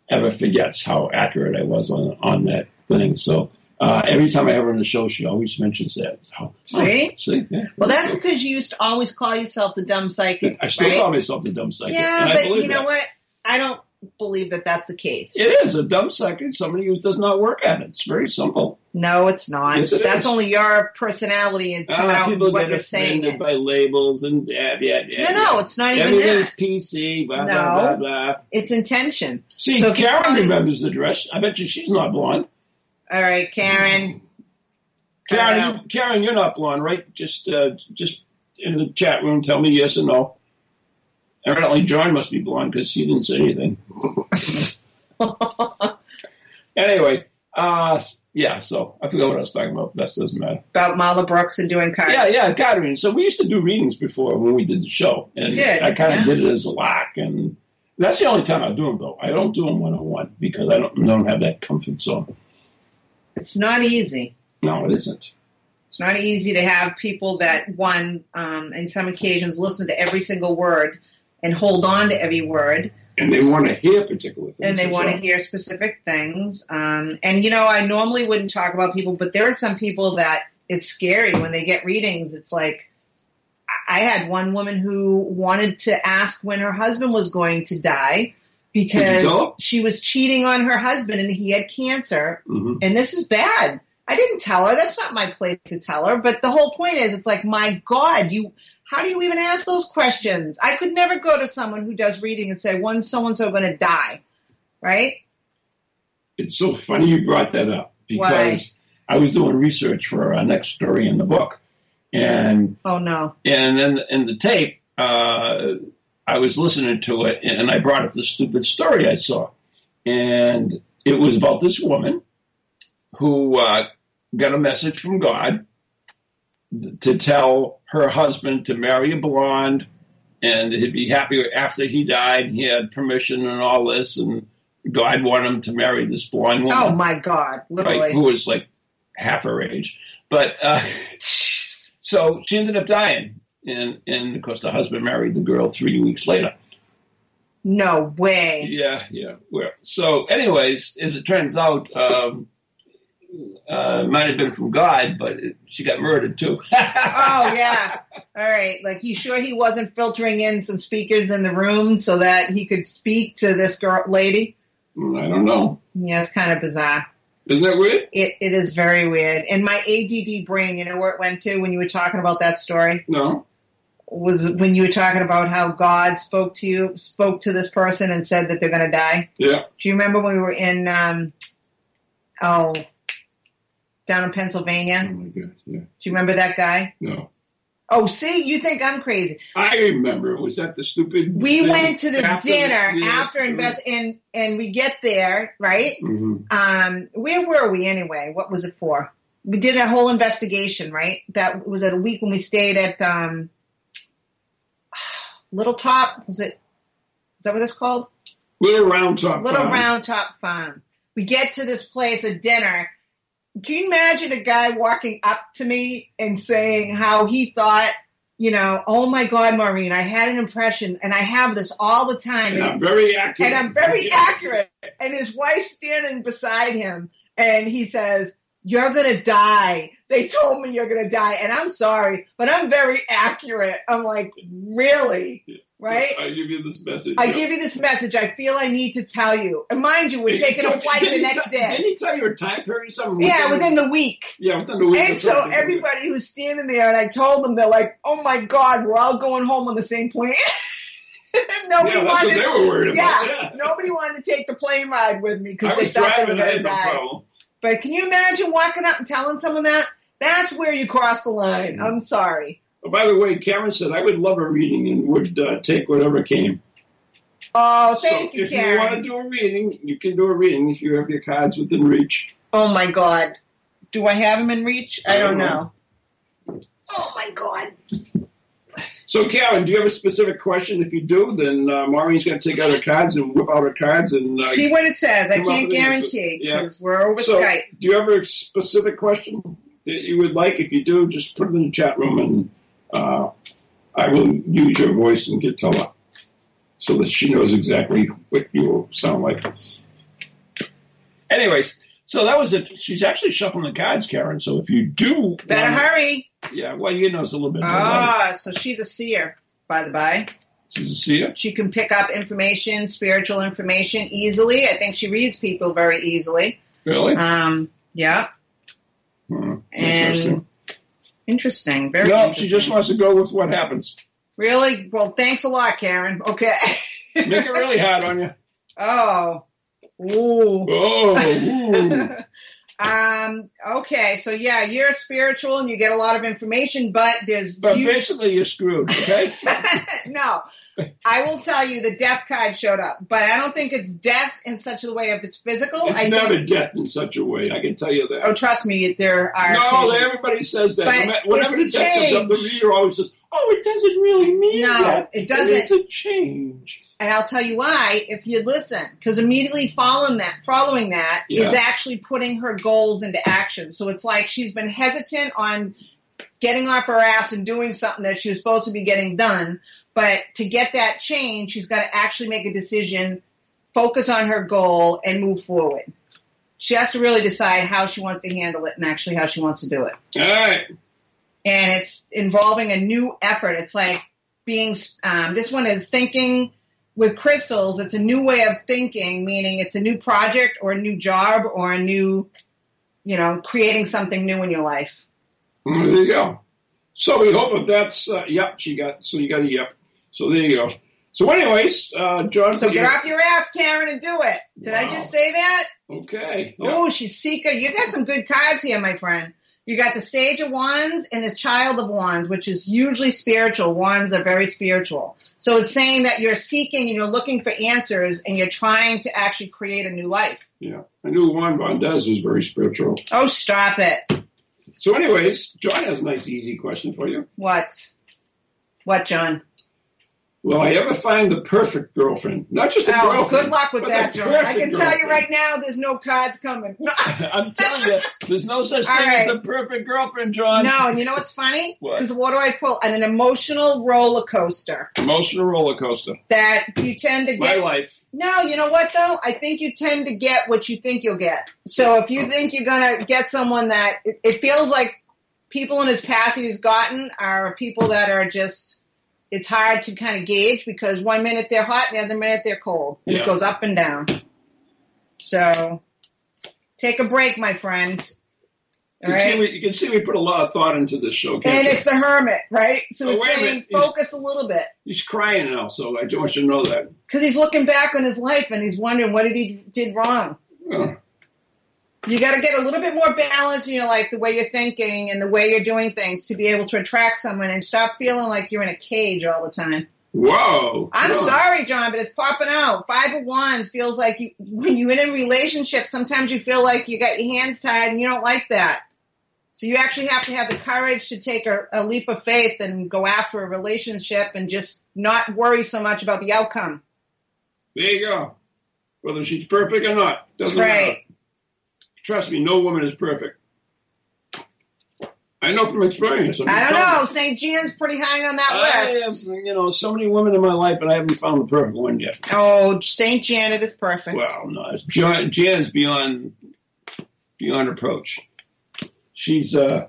Speaker 3: ever forgets how accurate I was on on that thing. So. Uh, every time I have her on the show, she always mentions that. So,
Speaker 2: See?
Speaker 3: see, yeah.
Speaker 2: Well, that's because you used to always call yourself the dumb psychic.
Speaker 3: I still
Speaker 2: right?
Speaker 3: call myself the dumb psychic.
Speaker 2: Yeah,
Speaker 3: and I
Speaker 2: but
Speaker 3: believe
Speaker 2: you
Speaker 3: that.
Speaker 2: know what? I don't believe that that's the case.
Speaker 3: It is a dumb second. Somebody who does not work at it. It's very simple.
Speaker 2: no, it's not.
Speaker 3: Yes, it
Speaker 2: that's
Speaker 3: is.
Speaker 2: only your personality and come
Speaker 3: Ah,
Speaker 2: out
Speaker 3: people
Speaker 2: what
Speaker 3: get
Speaker 2: you're saying.
Speaker 3: offended by labels and yeah, yeah, yeah.
Speaker 2: no, no, it's not even
Speaker 3: Everything's
Speaker 2: that.
Speaker 3: PC. Blah,
Speaker 2: No.
Speaker 3: blah blah blah.
Speaker 2: It's intention.
Speaker 3: See,
Speaker 2: So if you
Speaker 3: Karen
Speaker 2: find-
Speaker 3: remembers the dress. I bet you she's not blonde.
Speaker 2: All right, Karen. Uh, Cut
Speaker 3: [LAUGHS]
Speaker 2: it out.
Speaker 3: Karen, you, Karen, you're not blonde, right? Just uh, just in the chat room, tell me yes or no. Evidently, John must be blonde because he didn't say
Speaker 2: [LAUGHS]
Speaker 3: anything. Anyway, uh, yeah. So I forgot what I was talking about. That doesn't matter.
Speaker 2: About Marla Brooks and doing cards.
Speaker 3: Yeah, yeah, Catherine. So we used to do readings before when we did the show, and
Speaker 2: You did,
Speaker 3: I kind of
Speaker 2: yeah.
Speaker 3: did it as a lock, and that's the only time I do them though. I don't do them one on one because I don't I don't have that comfort zone.
Speaker 2: It's not easy.
Speaker 3: No, it isn't.
Speaker 2: It's not easy to have people that one, um, in some occasions, listen to every single word and hold on to every word.
Speaker 3: And they want to hear particular things,
Speaker 2: and they
Speaker 3: as
Speaker 2: want to
Speaker 3: well.
Speaker 2: hear specific things. Um, and you know, I normally wouldn't talk about people, but there are some people that it's scary when they get readings. It's like I I had one woman who wanted to ask when her husband was going to die
Speaker 3: Could you
Speaker 2: because
Speaker 3: tell?
Speaker 2: she was cheating on her husband and he had cancer.
Speaker 3: Mhm.
Speaker 2: And this is bad. I didn't tell her. That's not my place to tell her. But the whole point is, it's like, my God, you, how do you even ask those questions? I could never go to someone who does reading and say, when's so and so going to die? Right?
Speaker 3: It's so funny you brought that up because I was doing research for our next story in the book, and
Speaker 2: Oh no.
Speaker 3: and then in the tape, uh, I was listening to it, and I brought up this stupid story I saw, and it was about this woman who uh, got a message from God to tell her husband to marry a blonde, and he'd be happy after he died. He had permission and all this, and God wanted him to marry this blonde woman,
Speaker 2: Oh my God.
Speaker 3: right,
Speaker 2: Literally.
Speaker 3: who was like half her age, but. Uh, so she ended up dying, and and of course the husband married the girl three weeks later.
Speaker 2: No way.
Speaker 3: Yeah, yeah. Well, so anyways, as it turns out, um, uh, might have been from God, but it, she got murdered too. [LAUGHS]
Speaker 2: Oh yeah. All right. Like you sure he wasn't filtering in some speakers in the room so that he could speak to this girl lady?
Speaker 3: I don't know.
Speaker 2: Yeah, it's kind of bizarre.
Speaker 3: Isn't that weird?
Speaker 2: It it is very weird. And my ADD brain, you know where it went to when you were talking about that story
Speaker 3: No.
Speaker 2: was when you were talking about how God spoke to you, spoke to this person and said that they're going to die.
Speaker 3: Yeah.
Speaker 2: Do you remember when we were in um oh down in Pennsylvania?
Speaker 3: Oh
Speaker 2: Do
Speaker 3: my God. Yeah.
Speaker 2: you remember that guy?
Speaker 3: No.
Speaker 2: Oh, see, you think I'm crazy.
Speaker 3: I remember. Was that the stupid?
Speaker 2: We
Speaker 3: thing
Speaker 2: went to this
Speaker 3: after the-
Speaker 2: dinner
Speaker 3: yes,
Speaker 2: after invest and and we get there, right?
Speaker 3: Mhm.
Speaker 2: um, where were we anyway? What was it for? We did a whole investigation, right? That was at a week when we stayed at um, [SIGHS] Little Top. Was it? Is that what it's called?
Speaker 3: Little round top.
Speaker 2: Little
Speaker 3: farm.
Speaker 2: Round Top Farm. We get to this place at dinner. Can you imagine a guy walking up to me and saying how he thought, you know, oh my God, Maureen, I had an impression and I have this all the time.
Speaker 3: And
Speaker 2: and
Speaker 3: I'm very accurate.
Speaker 2: and
Speaker 3: [LAUGHS]
Speaker 2: I'm very accurate. And his wife's standing beside him, and he says, "You're gonna die." They told me you're gonna die, and I'm sorry, but I'm very accurate. I'm like, really, right?
Speaker 3: I give you this message.
Speaker 2: I
Speaker 3: Yeah.
Speaker 2: give you this message. I feel I need to tell you. And mind you, we're taking a flight
Speaker 3: Didn't
Speaker 2: the
Speaker 3: he
Speaker 2: next
Speaker 3: tell- Didn't
Speaker 2: day.
Speaker 3: he tell you a time period? Something.
Speaker 2: Yeah, within the week.
Speaker 3: Yeah, within the week.
Speaker 2: And so everybody who's standing there, and I told them, they're like, "Oh my God, we're all going home on the same plane." [LAUGHS] nobody
Speaker 3: Yeah, that's what
Speaker 2: wanted.
Speaker 3: they were worried
Speaker 2: yeah,
Speaker 3: about. [LAUGHS]
Speaker 2: [LAUGHS]
Speaker 3: Yeah.
Speaker 2: nobody wanted to take the plane ride with me
Speaker 3: I
Speaker 2: because they
Speaker 3: was
Speaker 2: thought they were
Speaker 3: driving. I
Speaker 2: going to
Speaker 3: had no
Speaker 2: die.
Speaker 3: problem.
Speaker 2: but can you imagine walking up and telling someone that? That's where you cross the line. I'm sorry.
Speaker 3: Oh, by the way, Karen said I would love a reading and would uh, take whatever came.
Speaker 2: Oh, thank
Speaker 3: so
Speaker 2: you,
Speaker 3: if you
Speaker 2: Karen.
Speaker 3: want to do a reading, you can do a reading if you have your cards within reach.
Speaker 2: Oh my God. Do I have him in reach? I don't
Speaker 3: I don't
Speaker 2: know. Oh my God.
Speaker 3: So, Karen, do you have a specific question? If you do, then uh, Maureen's going to take out her cards and whip out her cards and. Uh,
Speaker 2: See what it says. I
Speaker 3: come up
Speaker 2: can't
Speaker 3: with an answer.
Speaker 2: guarantee
Speaker 3: Yeah.
Speaker 2: because we're over
Speaker 3: so,
Speaker 2: Skype.
Speaker 3: do you have a specific question that you would like? If you do, just put it in the chat room and uh, I will use your voice and get Tella so that she knows exactly what you sound like. Anyways, so that was it. She's actually shuffling the cards, Karen. So if you do,
Speaker 2: Better
Speaker 3: um,
Speaker 2: hurry.
Speaker 3: Yeah, well, you know it's a little bit. more than
Speaker 2: Ah, so she's a seer, by the by.
Speaker 3: She's a seer.
Speaker 2: She can pick up information, spiritual information easily. I think she reads people very easily.
Speaker 3: Really?
Speaker 2: Um, yeah.
Speaker 3: Hmm,
Speaker 2: And
Speaker 3: interesting.
Speaker 2: interesting. Very
Speaker 3: No,
Speaker 2: interesting.
Speaker 3: she just wants to go with what happens.
Speaker 2: really well. Thanks a lot, Karen. Okay. [LAUGHS]
Speaker 3: Make it really hard on you.
Speaker 2: oh. Ooh.
Speaker 3: Oh, ooh.
Speaker 2: Um. Okay. So yeah, you're spiritual and you get a lot of information, but there's
Speaker 3: But
Speaker 2: you-
Speaker 3: basically, you're screwed. Okay.
Speaker 2: [LAUGHS] no. I will tell you the death card showed up, but I don't think it's death in such a way if it's physical. I
Speaker 3: It's
Speaker 2: think-
Speaker 3: never death in such a way. I can tell you that.
Speaker 2: Oh, trust me, there are.
Speaker 3: No,
Speaker 2: occasions.
Speaker 3: everybody says that.
Speaker 2: But
Speaker 3: No matter- Whenever the
Speaker 2: it's
Speaker 3: death comes up, the
Speaker 2: changed.
Speaker 3: reader always says, "Oh, it doesn't really mean
Speaker 2: No,
Speaker 3: that.
Speaker 2: it doesn't.
Speaker 3: It's a change."
Speaker 2: And I'll tell you why if you listen, because immediately following that, following that is
Speaker 3: Yeah.
Speaker 2: actually putting her goals into action. So it's like she's been hesitant on getting off her ass and doing something that she was supposed to be getting done. But to get that change, she's got to actually make a decision, focus on her goal, and move forward. She has to really decide how she wants to handle it and actually how she wants to do it
Speaker 3: All right.
Speaker 2: and it's involving a new effort. It's like being um, this one is thinking with crystals, it's a new way of thinking, meaning it's a new project or a new job or a new, you know, creating something new in your life.
Speaker 3: Mm, There you go. So we hope that that's uh, yep. She got so you got a yep. So there you go. So anyways, uh, John.
Speaker 2: So
Speaker 3: you-
Speaker 2: get off your ass, Karen, and do it. Did I
Speaker 3: Wow.
Speaker 2: just say that?
Speaker 3: Okay. Yeah.
Speaker 2: Oh, she's Seeker. You got some good cards here, my friend. You got the Sage of Wands and the Child of Wands, which is hugely spiritual. Wands are very spiritual. So it's saying that you're seeking and you're looking for answers and you're trying to actually create a new life.
Speaker 3: yeah. I knew Juan Valdez was very spiritual.
Speaker 2: Oh, stop it.
Speaker 3: So anyways, John has a nice easy question for you.
Speaker 2: What? What, John?
Speaker 3: Will I ever find the perfect girlfriend? Not just a
Speaker 2: Oh,
Speaker 3: girlfriend.
Speaker 2: good luck with
Speaker 3: but
Speaker 2: that,
Speaker 3: the
Speaker 2: John. I
Speaker 3: perfect
Speaker 2: can tell you
Speaker 3: girlfriend.
Speaker 2: right now there's no cards coming. [LAUGHS] No,
Speaker 3: [LAUGHS] I'm telling you, there's no such
Speaker 2: All
Speaker 3: thing as
Speaker 2: right.
Speaker 3: a perfect girlfriend, John.
Speaker 2: no, and you know what's funny?
Speaker 3: Um, What?
Speaker 2: Because what do I pull? An, an emotional roller coaster
Speaker 3: Emotional roller coaster.
Speaker 2: that you tend to
Speaker 3: My
Speaker 2: get
Speaker 3: life.
Speaker 2: No, you know what though? I think you tend to get what you think you'll get. So if you think you're gonna get someone that it, it feels like people in his past he's gotten are people that are just it's hard to kind of gauge because one minute they're hot and the other minute they're cold. And
Speaker 3: Yeah.
Speaker 2: It goes up and down. So take a break, my friend. All
Speaker 3: You can, see
Speaker 2: right.
Speaker 3: we, you can see we put a lot of thought into this show, can't
Speaker 2: And
Speaker 3: you?
Speaker 2: it's the hermit, right? So
Speaker 3: Oh,
Speaker 2: it's
Speaker 3: wait a
Speaker 2: saying
Speaker 3: minute. He's-
Speaker 2: focus a little bit.
Speaker 3: He's crying now, so I want you to know that.
Speaker 2: Because he's looking back on his life and he's wondering what did he did wrong.
Speaker 3: Oh,
Speaker 2: you got to get a little bit more balance in your life, the way you're thinking and the way you're doing things to be able to attract someone and stop feeling like you're in a cage all the time.
Speaker 3: Whoa.
Speaker 2: I'm
Speaker 3: Whoa.
Speaker 2: sorry, John, but it's popping out. Five of Wands feels like you, when you're in a relationship, sometimes you feel like you got your hands tied and you don't like that. So you actually have to have the courage to take a, a leap of faith and go after a relationship and just not worry so much about the outcome.
Speaker 3: There you go. Whether she's perfect or not, doesn't matter.
Speaker 2: Right.
Speaker 3: Trust me, no woman is perfect. I know from experience. I'm
Speaker 2: I don't
Speaker 3: telling
Speaker 2: know.
Speaker 3: you.
Speaker 2: St. Jan's pretty high on that
Speaker 3: I
Speaker 2: list.
Speaker 3: have, you know, so many women in my life, but I haven't found the perfect one yet.
Speaker 2: Oh, St. Janet is perfect.
Speaker 3: Well, no, it's- Jan, Jan's beyond beyond approach. She's uh,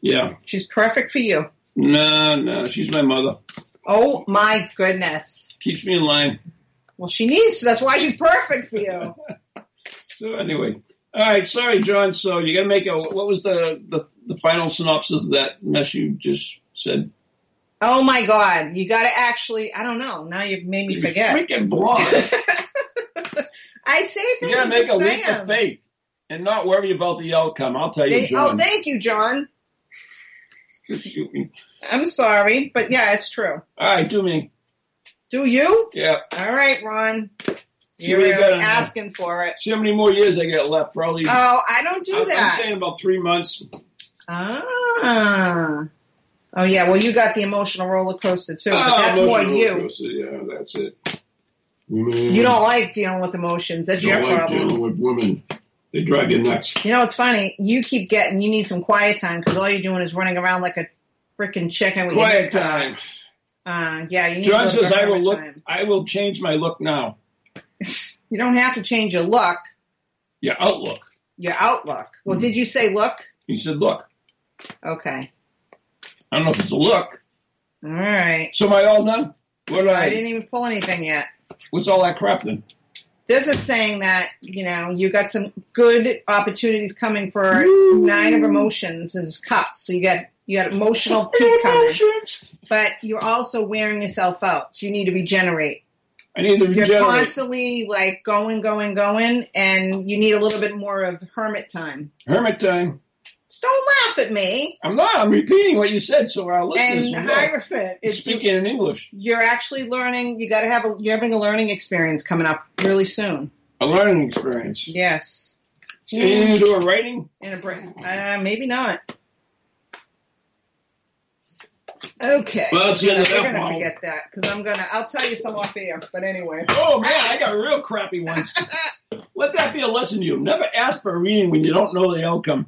Speaker 3: yeah,
Speaker 2: She's perfect for you.
Speaker 3: no, no, she's my mother.
Speaker 2: Oh my goodness.
Speaker 3: Keeps me in line.
Speaker 2: Well, she needs to. That's why she's perfect
Speaker 3: [LAUGHS]
Speaker 2: for you.
Speaker 3: So anyway, all right, sorry, John. So you got to make a what was the, the the final synopsis of that mess you just said?
Speaker 2: Oh my God. You got to actually, I don't know. Now you've made me
Speaker 3: You
Speaker 2: forget.
Speaker 3: freaking
Speaker 2: [LAUGHS]
Speaker 3: blonde.
Speaker 2: I say things.
Speaker 3: you got to
Speaker 2: and
Speaker 3: make a
Speaker 2: just say
Speaker 3: leap of
Speaker 2: them.
Speaker 3: faith and not worry about the outcome. I'll tell you,
Speaker 2: They- oh,
Speaker 3: John.
Speaker 2: thank you, John.
Speaker 3: You-
Speaker 2: I'm sorry, but yeah, it's true.
Speaker 3: all right, do me.
Speaker 2: Do you?
Speaker 3: Yeah.
Speaker 2: All right, Ron.
Speaker 3: See
Speaker 2: You're
Speaker 3: what you got
Speaker 2: really
Speaker 3: on that.
Speaker 2: asking for it.
Speaker 3: See how many more years I got left. Probably.
Speaker 2: Oh, I don't
Speaker 3: I'm-
Speaker 2: do
Speaker 3: I'm
Speaker 2: that.
Speaker 3: saying about three months.
Speaker 2: Ah. Oh yeah, well you got the emotional roller coaster too, but
Speaker 3: Ah,
Speaker 2: that's
Speaker 3: Oh, emotional
Speaker 2: more
Speaker 3: roller
Speaker 2: you.
Speaker 3: coaster, Yeah, that's it. Man,
Speaker 2: You don't like dealing with emotions. That's
Speaker 3: don't
Speaker 2: your
Speaker 3: like
Speaker 2: problem.
Speaker 3: dealing with women. They drive you nuts.
Speaker 2: You know, it's funny. You keep getting, you need some quiet time because all you're doing is running around like a freaking chicken. With your
Speaker 3: Quiet
Speaker 2: head cut.
Speaker 3: time.
Speaker 2: Uh, yeah, you need
Speaker 3: John
Speaker 2: a little
Speaker 3: says,
Speaker 2: bit
Speaker 3: "I
Speaker 2: of
Speaker 3: will look.
Speaker 2: time. [LAUGHS]
Speaker 3: I will change my look now.
Speaker 2: You don't have to change your look,
Speaker 3: Your outlook."
Speaker 2: your outlook. Well,
Speaker 3: Hmm.
Speaker 2: did you say look?
Speaker 3: He said, "Look,
Speaker 2: Okay.
Speaker 3: I don't know if it's a look.
Speaker 2: All right.
Speaker 3: So am I all done? What did
Speaker 2: I
Speaker 3: I?
Speaker 2: didn't even pull anything yet.
Speaker 3: What's all that crap then?
Speaker 2: This is saying that, you know, you got some good opportunities coming for nine of emotions is cups. So you got, you got emotional peak Oh, coming, but you're also wearing yourself out. So you need to regenerate.
Speaker 3: I need to
Speaker 2: you're
Speaker 3: regenerate.
Speaker 2: constantly like going, going, going, and you need a little bit more of hermit time.
Speaker 3: Hermit time.
Speaker 2: So don't laugh at me.
Speaker 3: I'm not. I'm repeating what you said, so our listeners
Speaker 2: And
Speaker 3: will know.
Speaker 2: Hierophant, it's you,
Speaker 3: Speaking in English,
Speaker 2: you're actually learning. You got to have a you're having a learning experience coming up really soon.
Speaker 3: a learning experience.
Speaker 2: Yes,
Speaker 3: Anything to do with writing?
Speaker 2: and a break. Uh, maybe not. Okay.
Speaker 3: Well, that's the end of
Speaker 2: We're
Speaker 3: that
Speaker 2: gonna
Speaker 3: one.
Speaker 2: forget that because I'm gonna. I'll tell you some off air. But anyway,
Speaker 3: Oh man, I got real crappy
Speaker 2: [LAUGHS]
Speaker 3: ones. Let that be a lesson to you. Never ask for a reading when you don't know the outcome.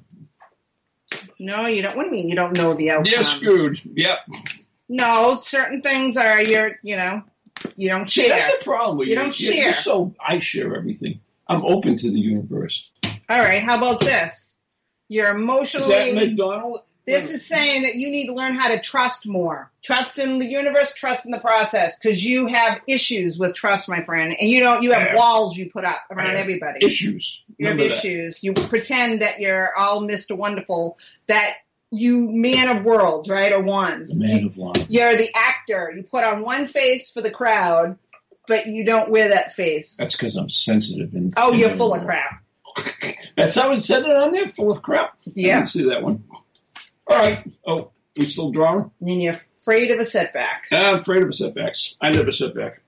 Speaker 2: no, you don't. What do you mean? You don't know the outcome?
Speaker 3: You're screwed. Yep.
Speaker 2: No, certain things are your, you know, you don't
Speaker 3: See,
Speaker 2: share.
Speaker 3: that's the problem with
Speaker 2: You
Speaker 3: you.
Speaker 2: don't
Speaker 3: You're- you're
Speaker 2: share.
Speaker 3: so I share everything. I'm open to the universe.
Speaker 2: All right, how about this? You're
Speaker 3: Is that
Speaker 2: emotionally.
Speaker 3: McDonald?
Speaker 2: This is saying that you need to learn how to trust more. Trust in the universe, trust in the process, because you have issues with trust, my friend, and you don't. You have
Speaker 3: Yeah.
Speaker 2: walls you put up around
Speaker 3: Yeah.
Speaker 2: everybody.
Speaker 3: Issues.
Speaker 2: You have
Speaker 3: Remember that.
Speaker 2: issues. You pretend that you're all Mr. Wonderful, that you man of worlds, right, or wands.
Speaker 3: The man of love.
Speaker 2: You're the actor. You put on one face for the crowd, but you don't wear that face.
Speaker 3: That's because I'm sensitive. And,
Speaker 2: Oh, you're full of crap.
Speaker 3: That's how it said it on there. Full of crap. I
Speaker 2: Yeah.
Speaker 3: didn't see that one. All right. Oh, we still drawing?
Speaker 2: And you're afraid of a setback.
Speaker 3: I'm afraid of setbacks. I never set back.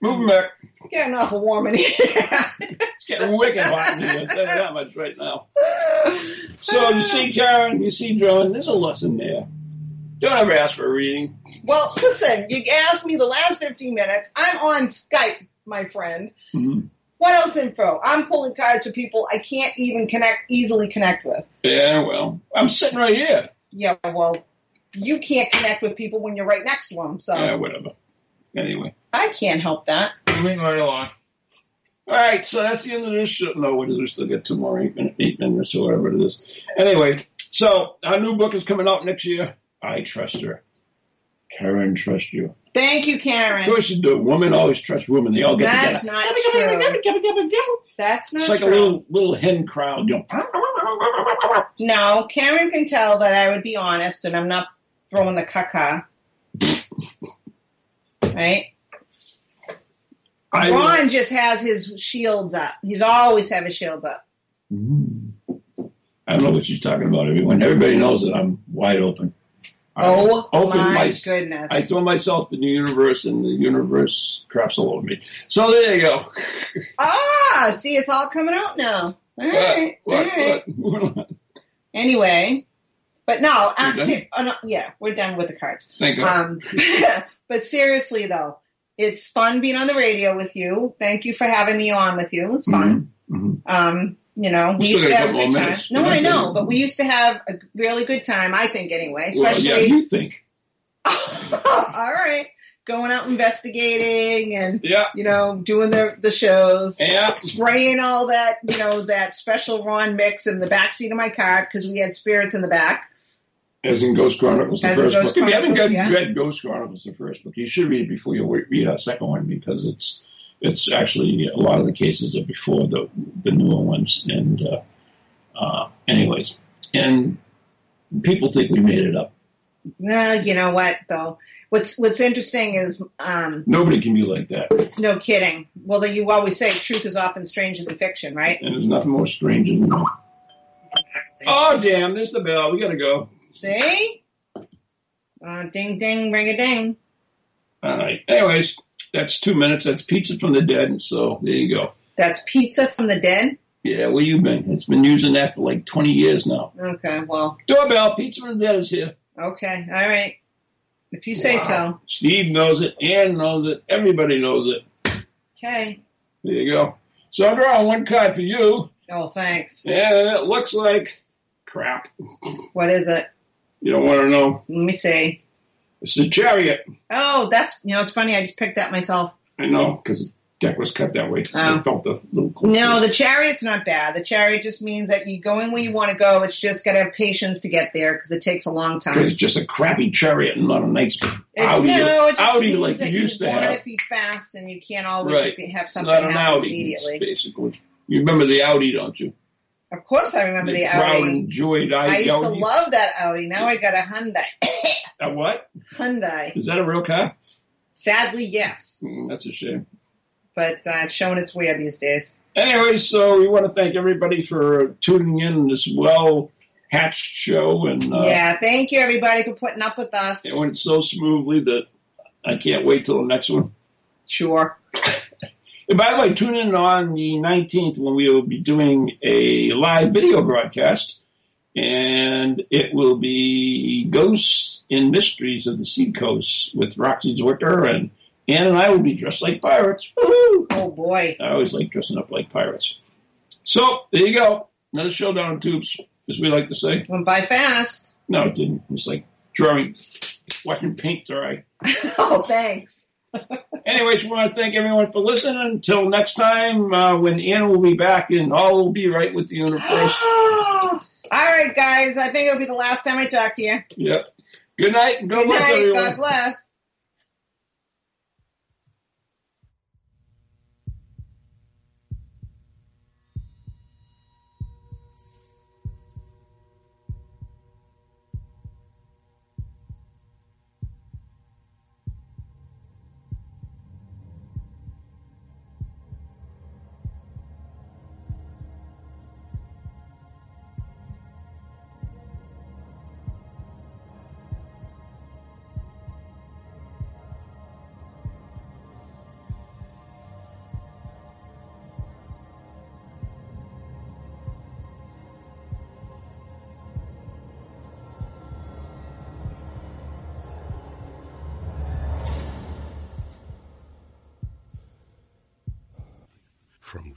Speaker 3: Moving back.
Speaker 2: You're getting awful warm in here. [LAUGHS]
Speaker 3: It's getting wicked hot in here. I'll tell you that much right now. So you see, Karen, you see, John, there's a lesson there. Don't ever ask for a reading.
Speaker 2: well, listen, you asked me the last 15 minutes. I'm on Skype, my friend.
Speaker 3: Mhm.
Speaker 2: What else info? I'm pulling cards for people I can't even connect, easily connect with.
Speaker 3: Yeah, well, I'm sitting right here.
Speaker 2: Yeah, well, you can't connect with people when you're right next to them, so
Speaker 3: Yeah, whatever. Anyway.
Speaker 2: I can't help that.
Speaker 3: Moving right along. All right, so that's the end of this show. No, what is we still get two more eight minutes, eight minutes or whatever it is. Anyway, so our new book is coming out next year. I trust her. Karen trusts you.
Speaker 2: Thank you,
Speaker 3: Of
Speaker 2: Karen.
Speaker 3: course you do. Women always trust women. They all get
Speaker 2: That's
Speaker 3: together.
Speaker 2: not true. That's not
Speaker 3: It's like a
Speaker 2: true.
Speaker 3: little little hen crowd. You know.
Speaker 2: No, Karen can tell that I would be honest and I'm not throwing the caca. right?
Speaker 3: I
Speaker 2: Ron just has his shields up. He's always have his shields up.
Speaker 3: I don't know what she's talking about. Everyone, everybody knows that I'm wide open. I'm
Speaker 2: Oh
Speaker 3: open
Speaker 2: my
Speaker 3: mice.
Speaker 2: goodness.
Speaker 3: I throw myself to the universe, and the universe craps all over me. So there you go.
Speaker 2: ah, see, it's all coming out now. All right.
Speaker 3: What?
Speaker 2: all right.
Speaker 3: What? What?
Speaker 2: Anyway, but no, uh,
Speaker 3: done?
Speaker 2: ser- oh, no, yeah, we're done with the cards.
Speaker 3: Thank God.
Speaker 2: Um, [LAUGHS] but seriously though, it's fun being on the radio with you. Thank you for having me on with you. It was fun.
Speaker 3: Mhm,
Speaker 2: Um, you know, we
Speaker 3: We still
Speaker 2: used to
Speaker 3: got a
Speaker 2: have a
Speaker 3: couple
Speaker 2: good
Speaker 3: more
Speaker 2: time.
Speaker 3: minutes.
Speaker 2: No,
Speaker 3: We're
Speaker 2: I
Speaker 3: not
Speaker 2: know,
Speaker 3: done.
Speaker 2: but we used to have a really good time, I think anyway,
Speaker 3: Well,
Speaker 2: especially [LAUGHS]
Speaker 3: yeah, you think.
Speaker 2: all right, going out investigating and
Speaker 3: Yeah.
Speaker 2: you know, doing the the shows.
Speaker 3: Yeah.
Speaker 2: Spraying all that, you know, that special Ron mix in the back seat of my car because we had spirits in the back.
Speaker 3: As in Ghost Chronicles, the
Speaker 2: As in
Speaker 3: first
Speaker 2: Ghost
Speaker 3: book. if you haven't
Speaker 2: Chronicles,
Speaker 3: got- read Ghost Chronicles, the first book, you should read it before you wa- read our second one because it's it's actually a lot of the cases are before the the newer ones. And uh, uh, anyways, and people think we made it up.
Speaker 2: Well, you know what though? What's what's interesting is um
Speaker 3: Nobody can be like that, and
Speaker 2: no kidding. Well then you always say truth is often stranger than fiction, right?
Speaker 3: there's nothing more strange than that. Oh damn! There's the bell. We gotta go.
Speaker 2: See? Uh, ding ding ring a ding.
Speaker 3: All right. Anyways, that's two minutes. That's pizza from the dead. So there you go.
Speaker 2: That's pizza from the dead.
Speaker 3: Yeah, where you been? It's been using that for like 20 years now.
Speaker 2: Okay, well,
Speaker 3: Doorbell, pizza from the dead is here.
Speaker 2: okay, all right. If you say so.
Speaker 3: Steve knows it. Ann knows it. Everybody knows it.
Speaker 2: Okay.
Speaker 3: There you go. So I'm drawing one card for you,
Speaker 2: Oh, thanks.
Speaker 3: and it looks like crap.
Speaker 2: What is it?
Speaker 3: You don't want to know.
Speaker 2: Let me see.
Speaker 3: It's the chariot.
Speaker 2: Oh, that's you know, it's funny. I just picked that myself.
Speaker 3: I know, because the deck was cut that way. I
Speaker 2: Oh.
Speaker 3: felt the little cool.
Speaker 2: No, the chariot's not bad. The chariot just means that you're going where you want to go. It's just got to have patience to get there because it takes a long time.
Speaker 3: It's just a crappy chariot and not a nice
Speaker 2: It's-
Speaker 3: Audi,
Speaker 2: no, it just
Speaker 3: Audi
Speaker 2: means
Speaker 3: like
Speaker 2: that
Speaker 3: you used to
Speaker 2: want
Speaker 3: have.
Speaker 2: to be fast and you can't always
Speaker 3: Right.
Speaker 2: be- have
Speaker 3: It's
Speaker 2: something
Speaker 3: not an
Speaker 2: happen
Speaker 3: Audi,
Speaker 2: immediately.
Speaker 3: basically. You remember the Audi, don't you?
Speaker 2: Of course, I remember the,
Speaker 3: the crowd
Speaker 2: Audi.
Speaker 3: enjoyed
Speaker 2: I used
Speaker 3: Audi.
Speaker 2: to love that Audi. Now I got a Hyundai. [COUGHS]
Speaker 3: A what?
Speaker 2: Hyundai.
Speaker 3: Is that a real car?
Speaker 2: Sadly, yes,
Speaker 3: Mm, that's a shame.
Speaker 2: but uh, it's showing its wear these days.
Speaker 3: Anyway, so we want to thank everybody for tuning in this well hatched show, and uh,
Speaker 2: yeah, thank you everybody for putting up with us.
Speaker 3: it went so smoothly that I can't wait till the next one.
Speaker 2: sure.
Speaker 3: And by the way, tune in on the 19th when we will be doing a live video broadcast, and it will be Ghosts and Mysteries of the Sea Coast with Roxy Zwicker, and Ann and I will be dressed like pirates. Woohoo!
Speaker 2: Oh boy.
Speaker 3: I always like dressing up like pirates. So there you go. Another showdown in tubes, as we like to say.
Speaker 2: Went by fast.
Speaker 3: No, it didn't. It's like drawing, watching paint dry.
Speaker 2: [LAUGHS] Oh, thanks.
Speaker 3: Anyways, we want to thank everyone for listening. Until
Speaker 2: [GASPS]
Speaker 3: next time, uh, when Anna will be back and all will be right with the universe.
Speaker 2: [SIGHS] All right, guys. I think it'll be the last time I talk to you.
Speaker 3: Yep. Good night. and God
Speaker 2: Good
Speaker 3: bless
Speaker 2: night.
Speaker 3: everyone.
Speaker 2: God bless.
Speaker 6: From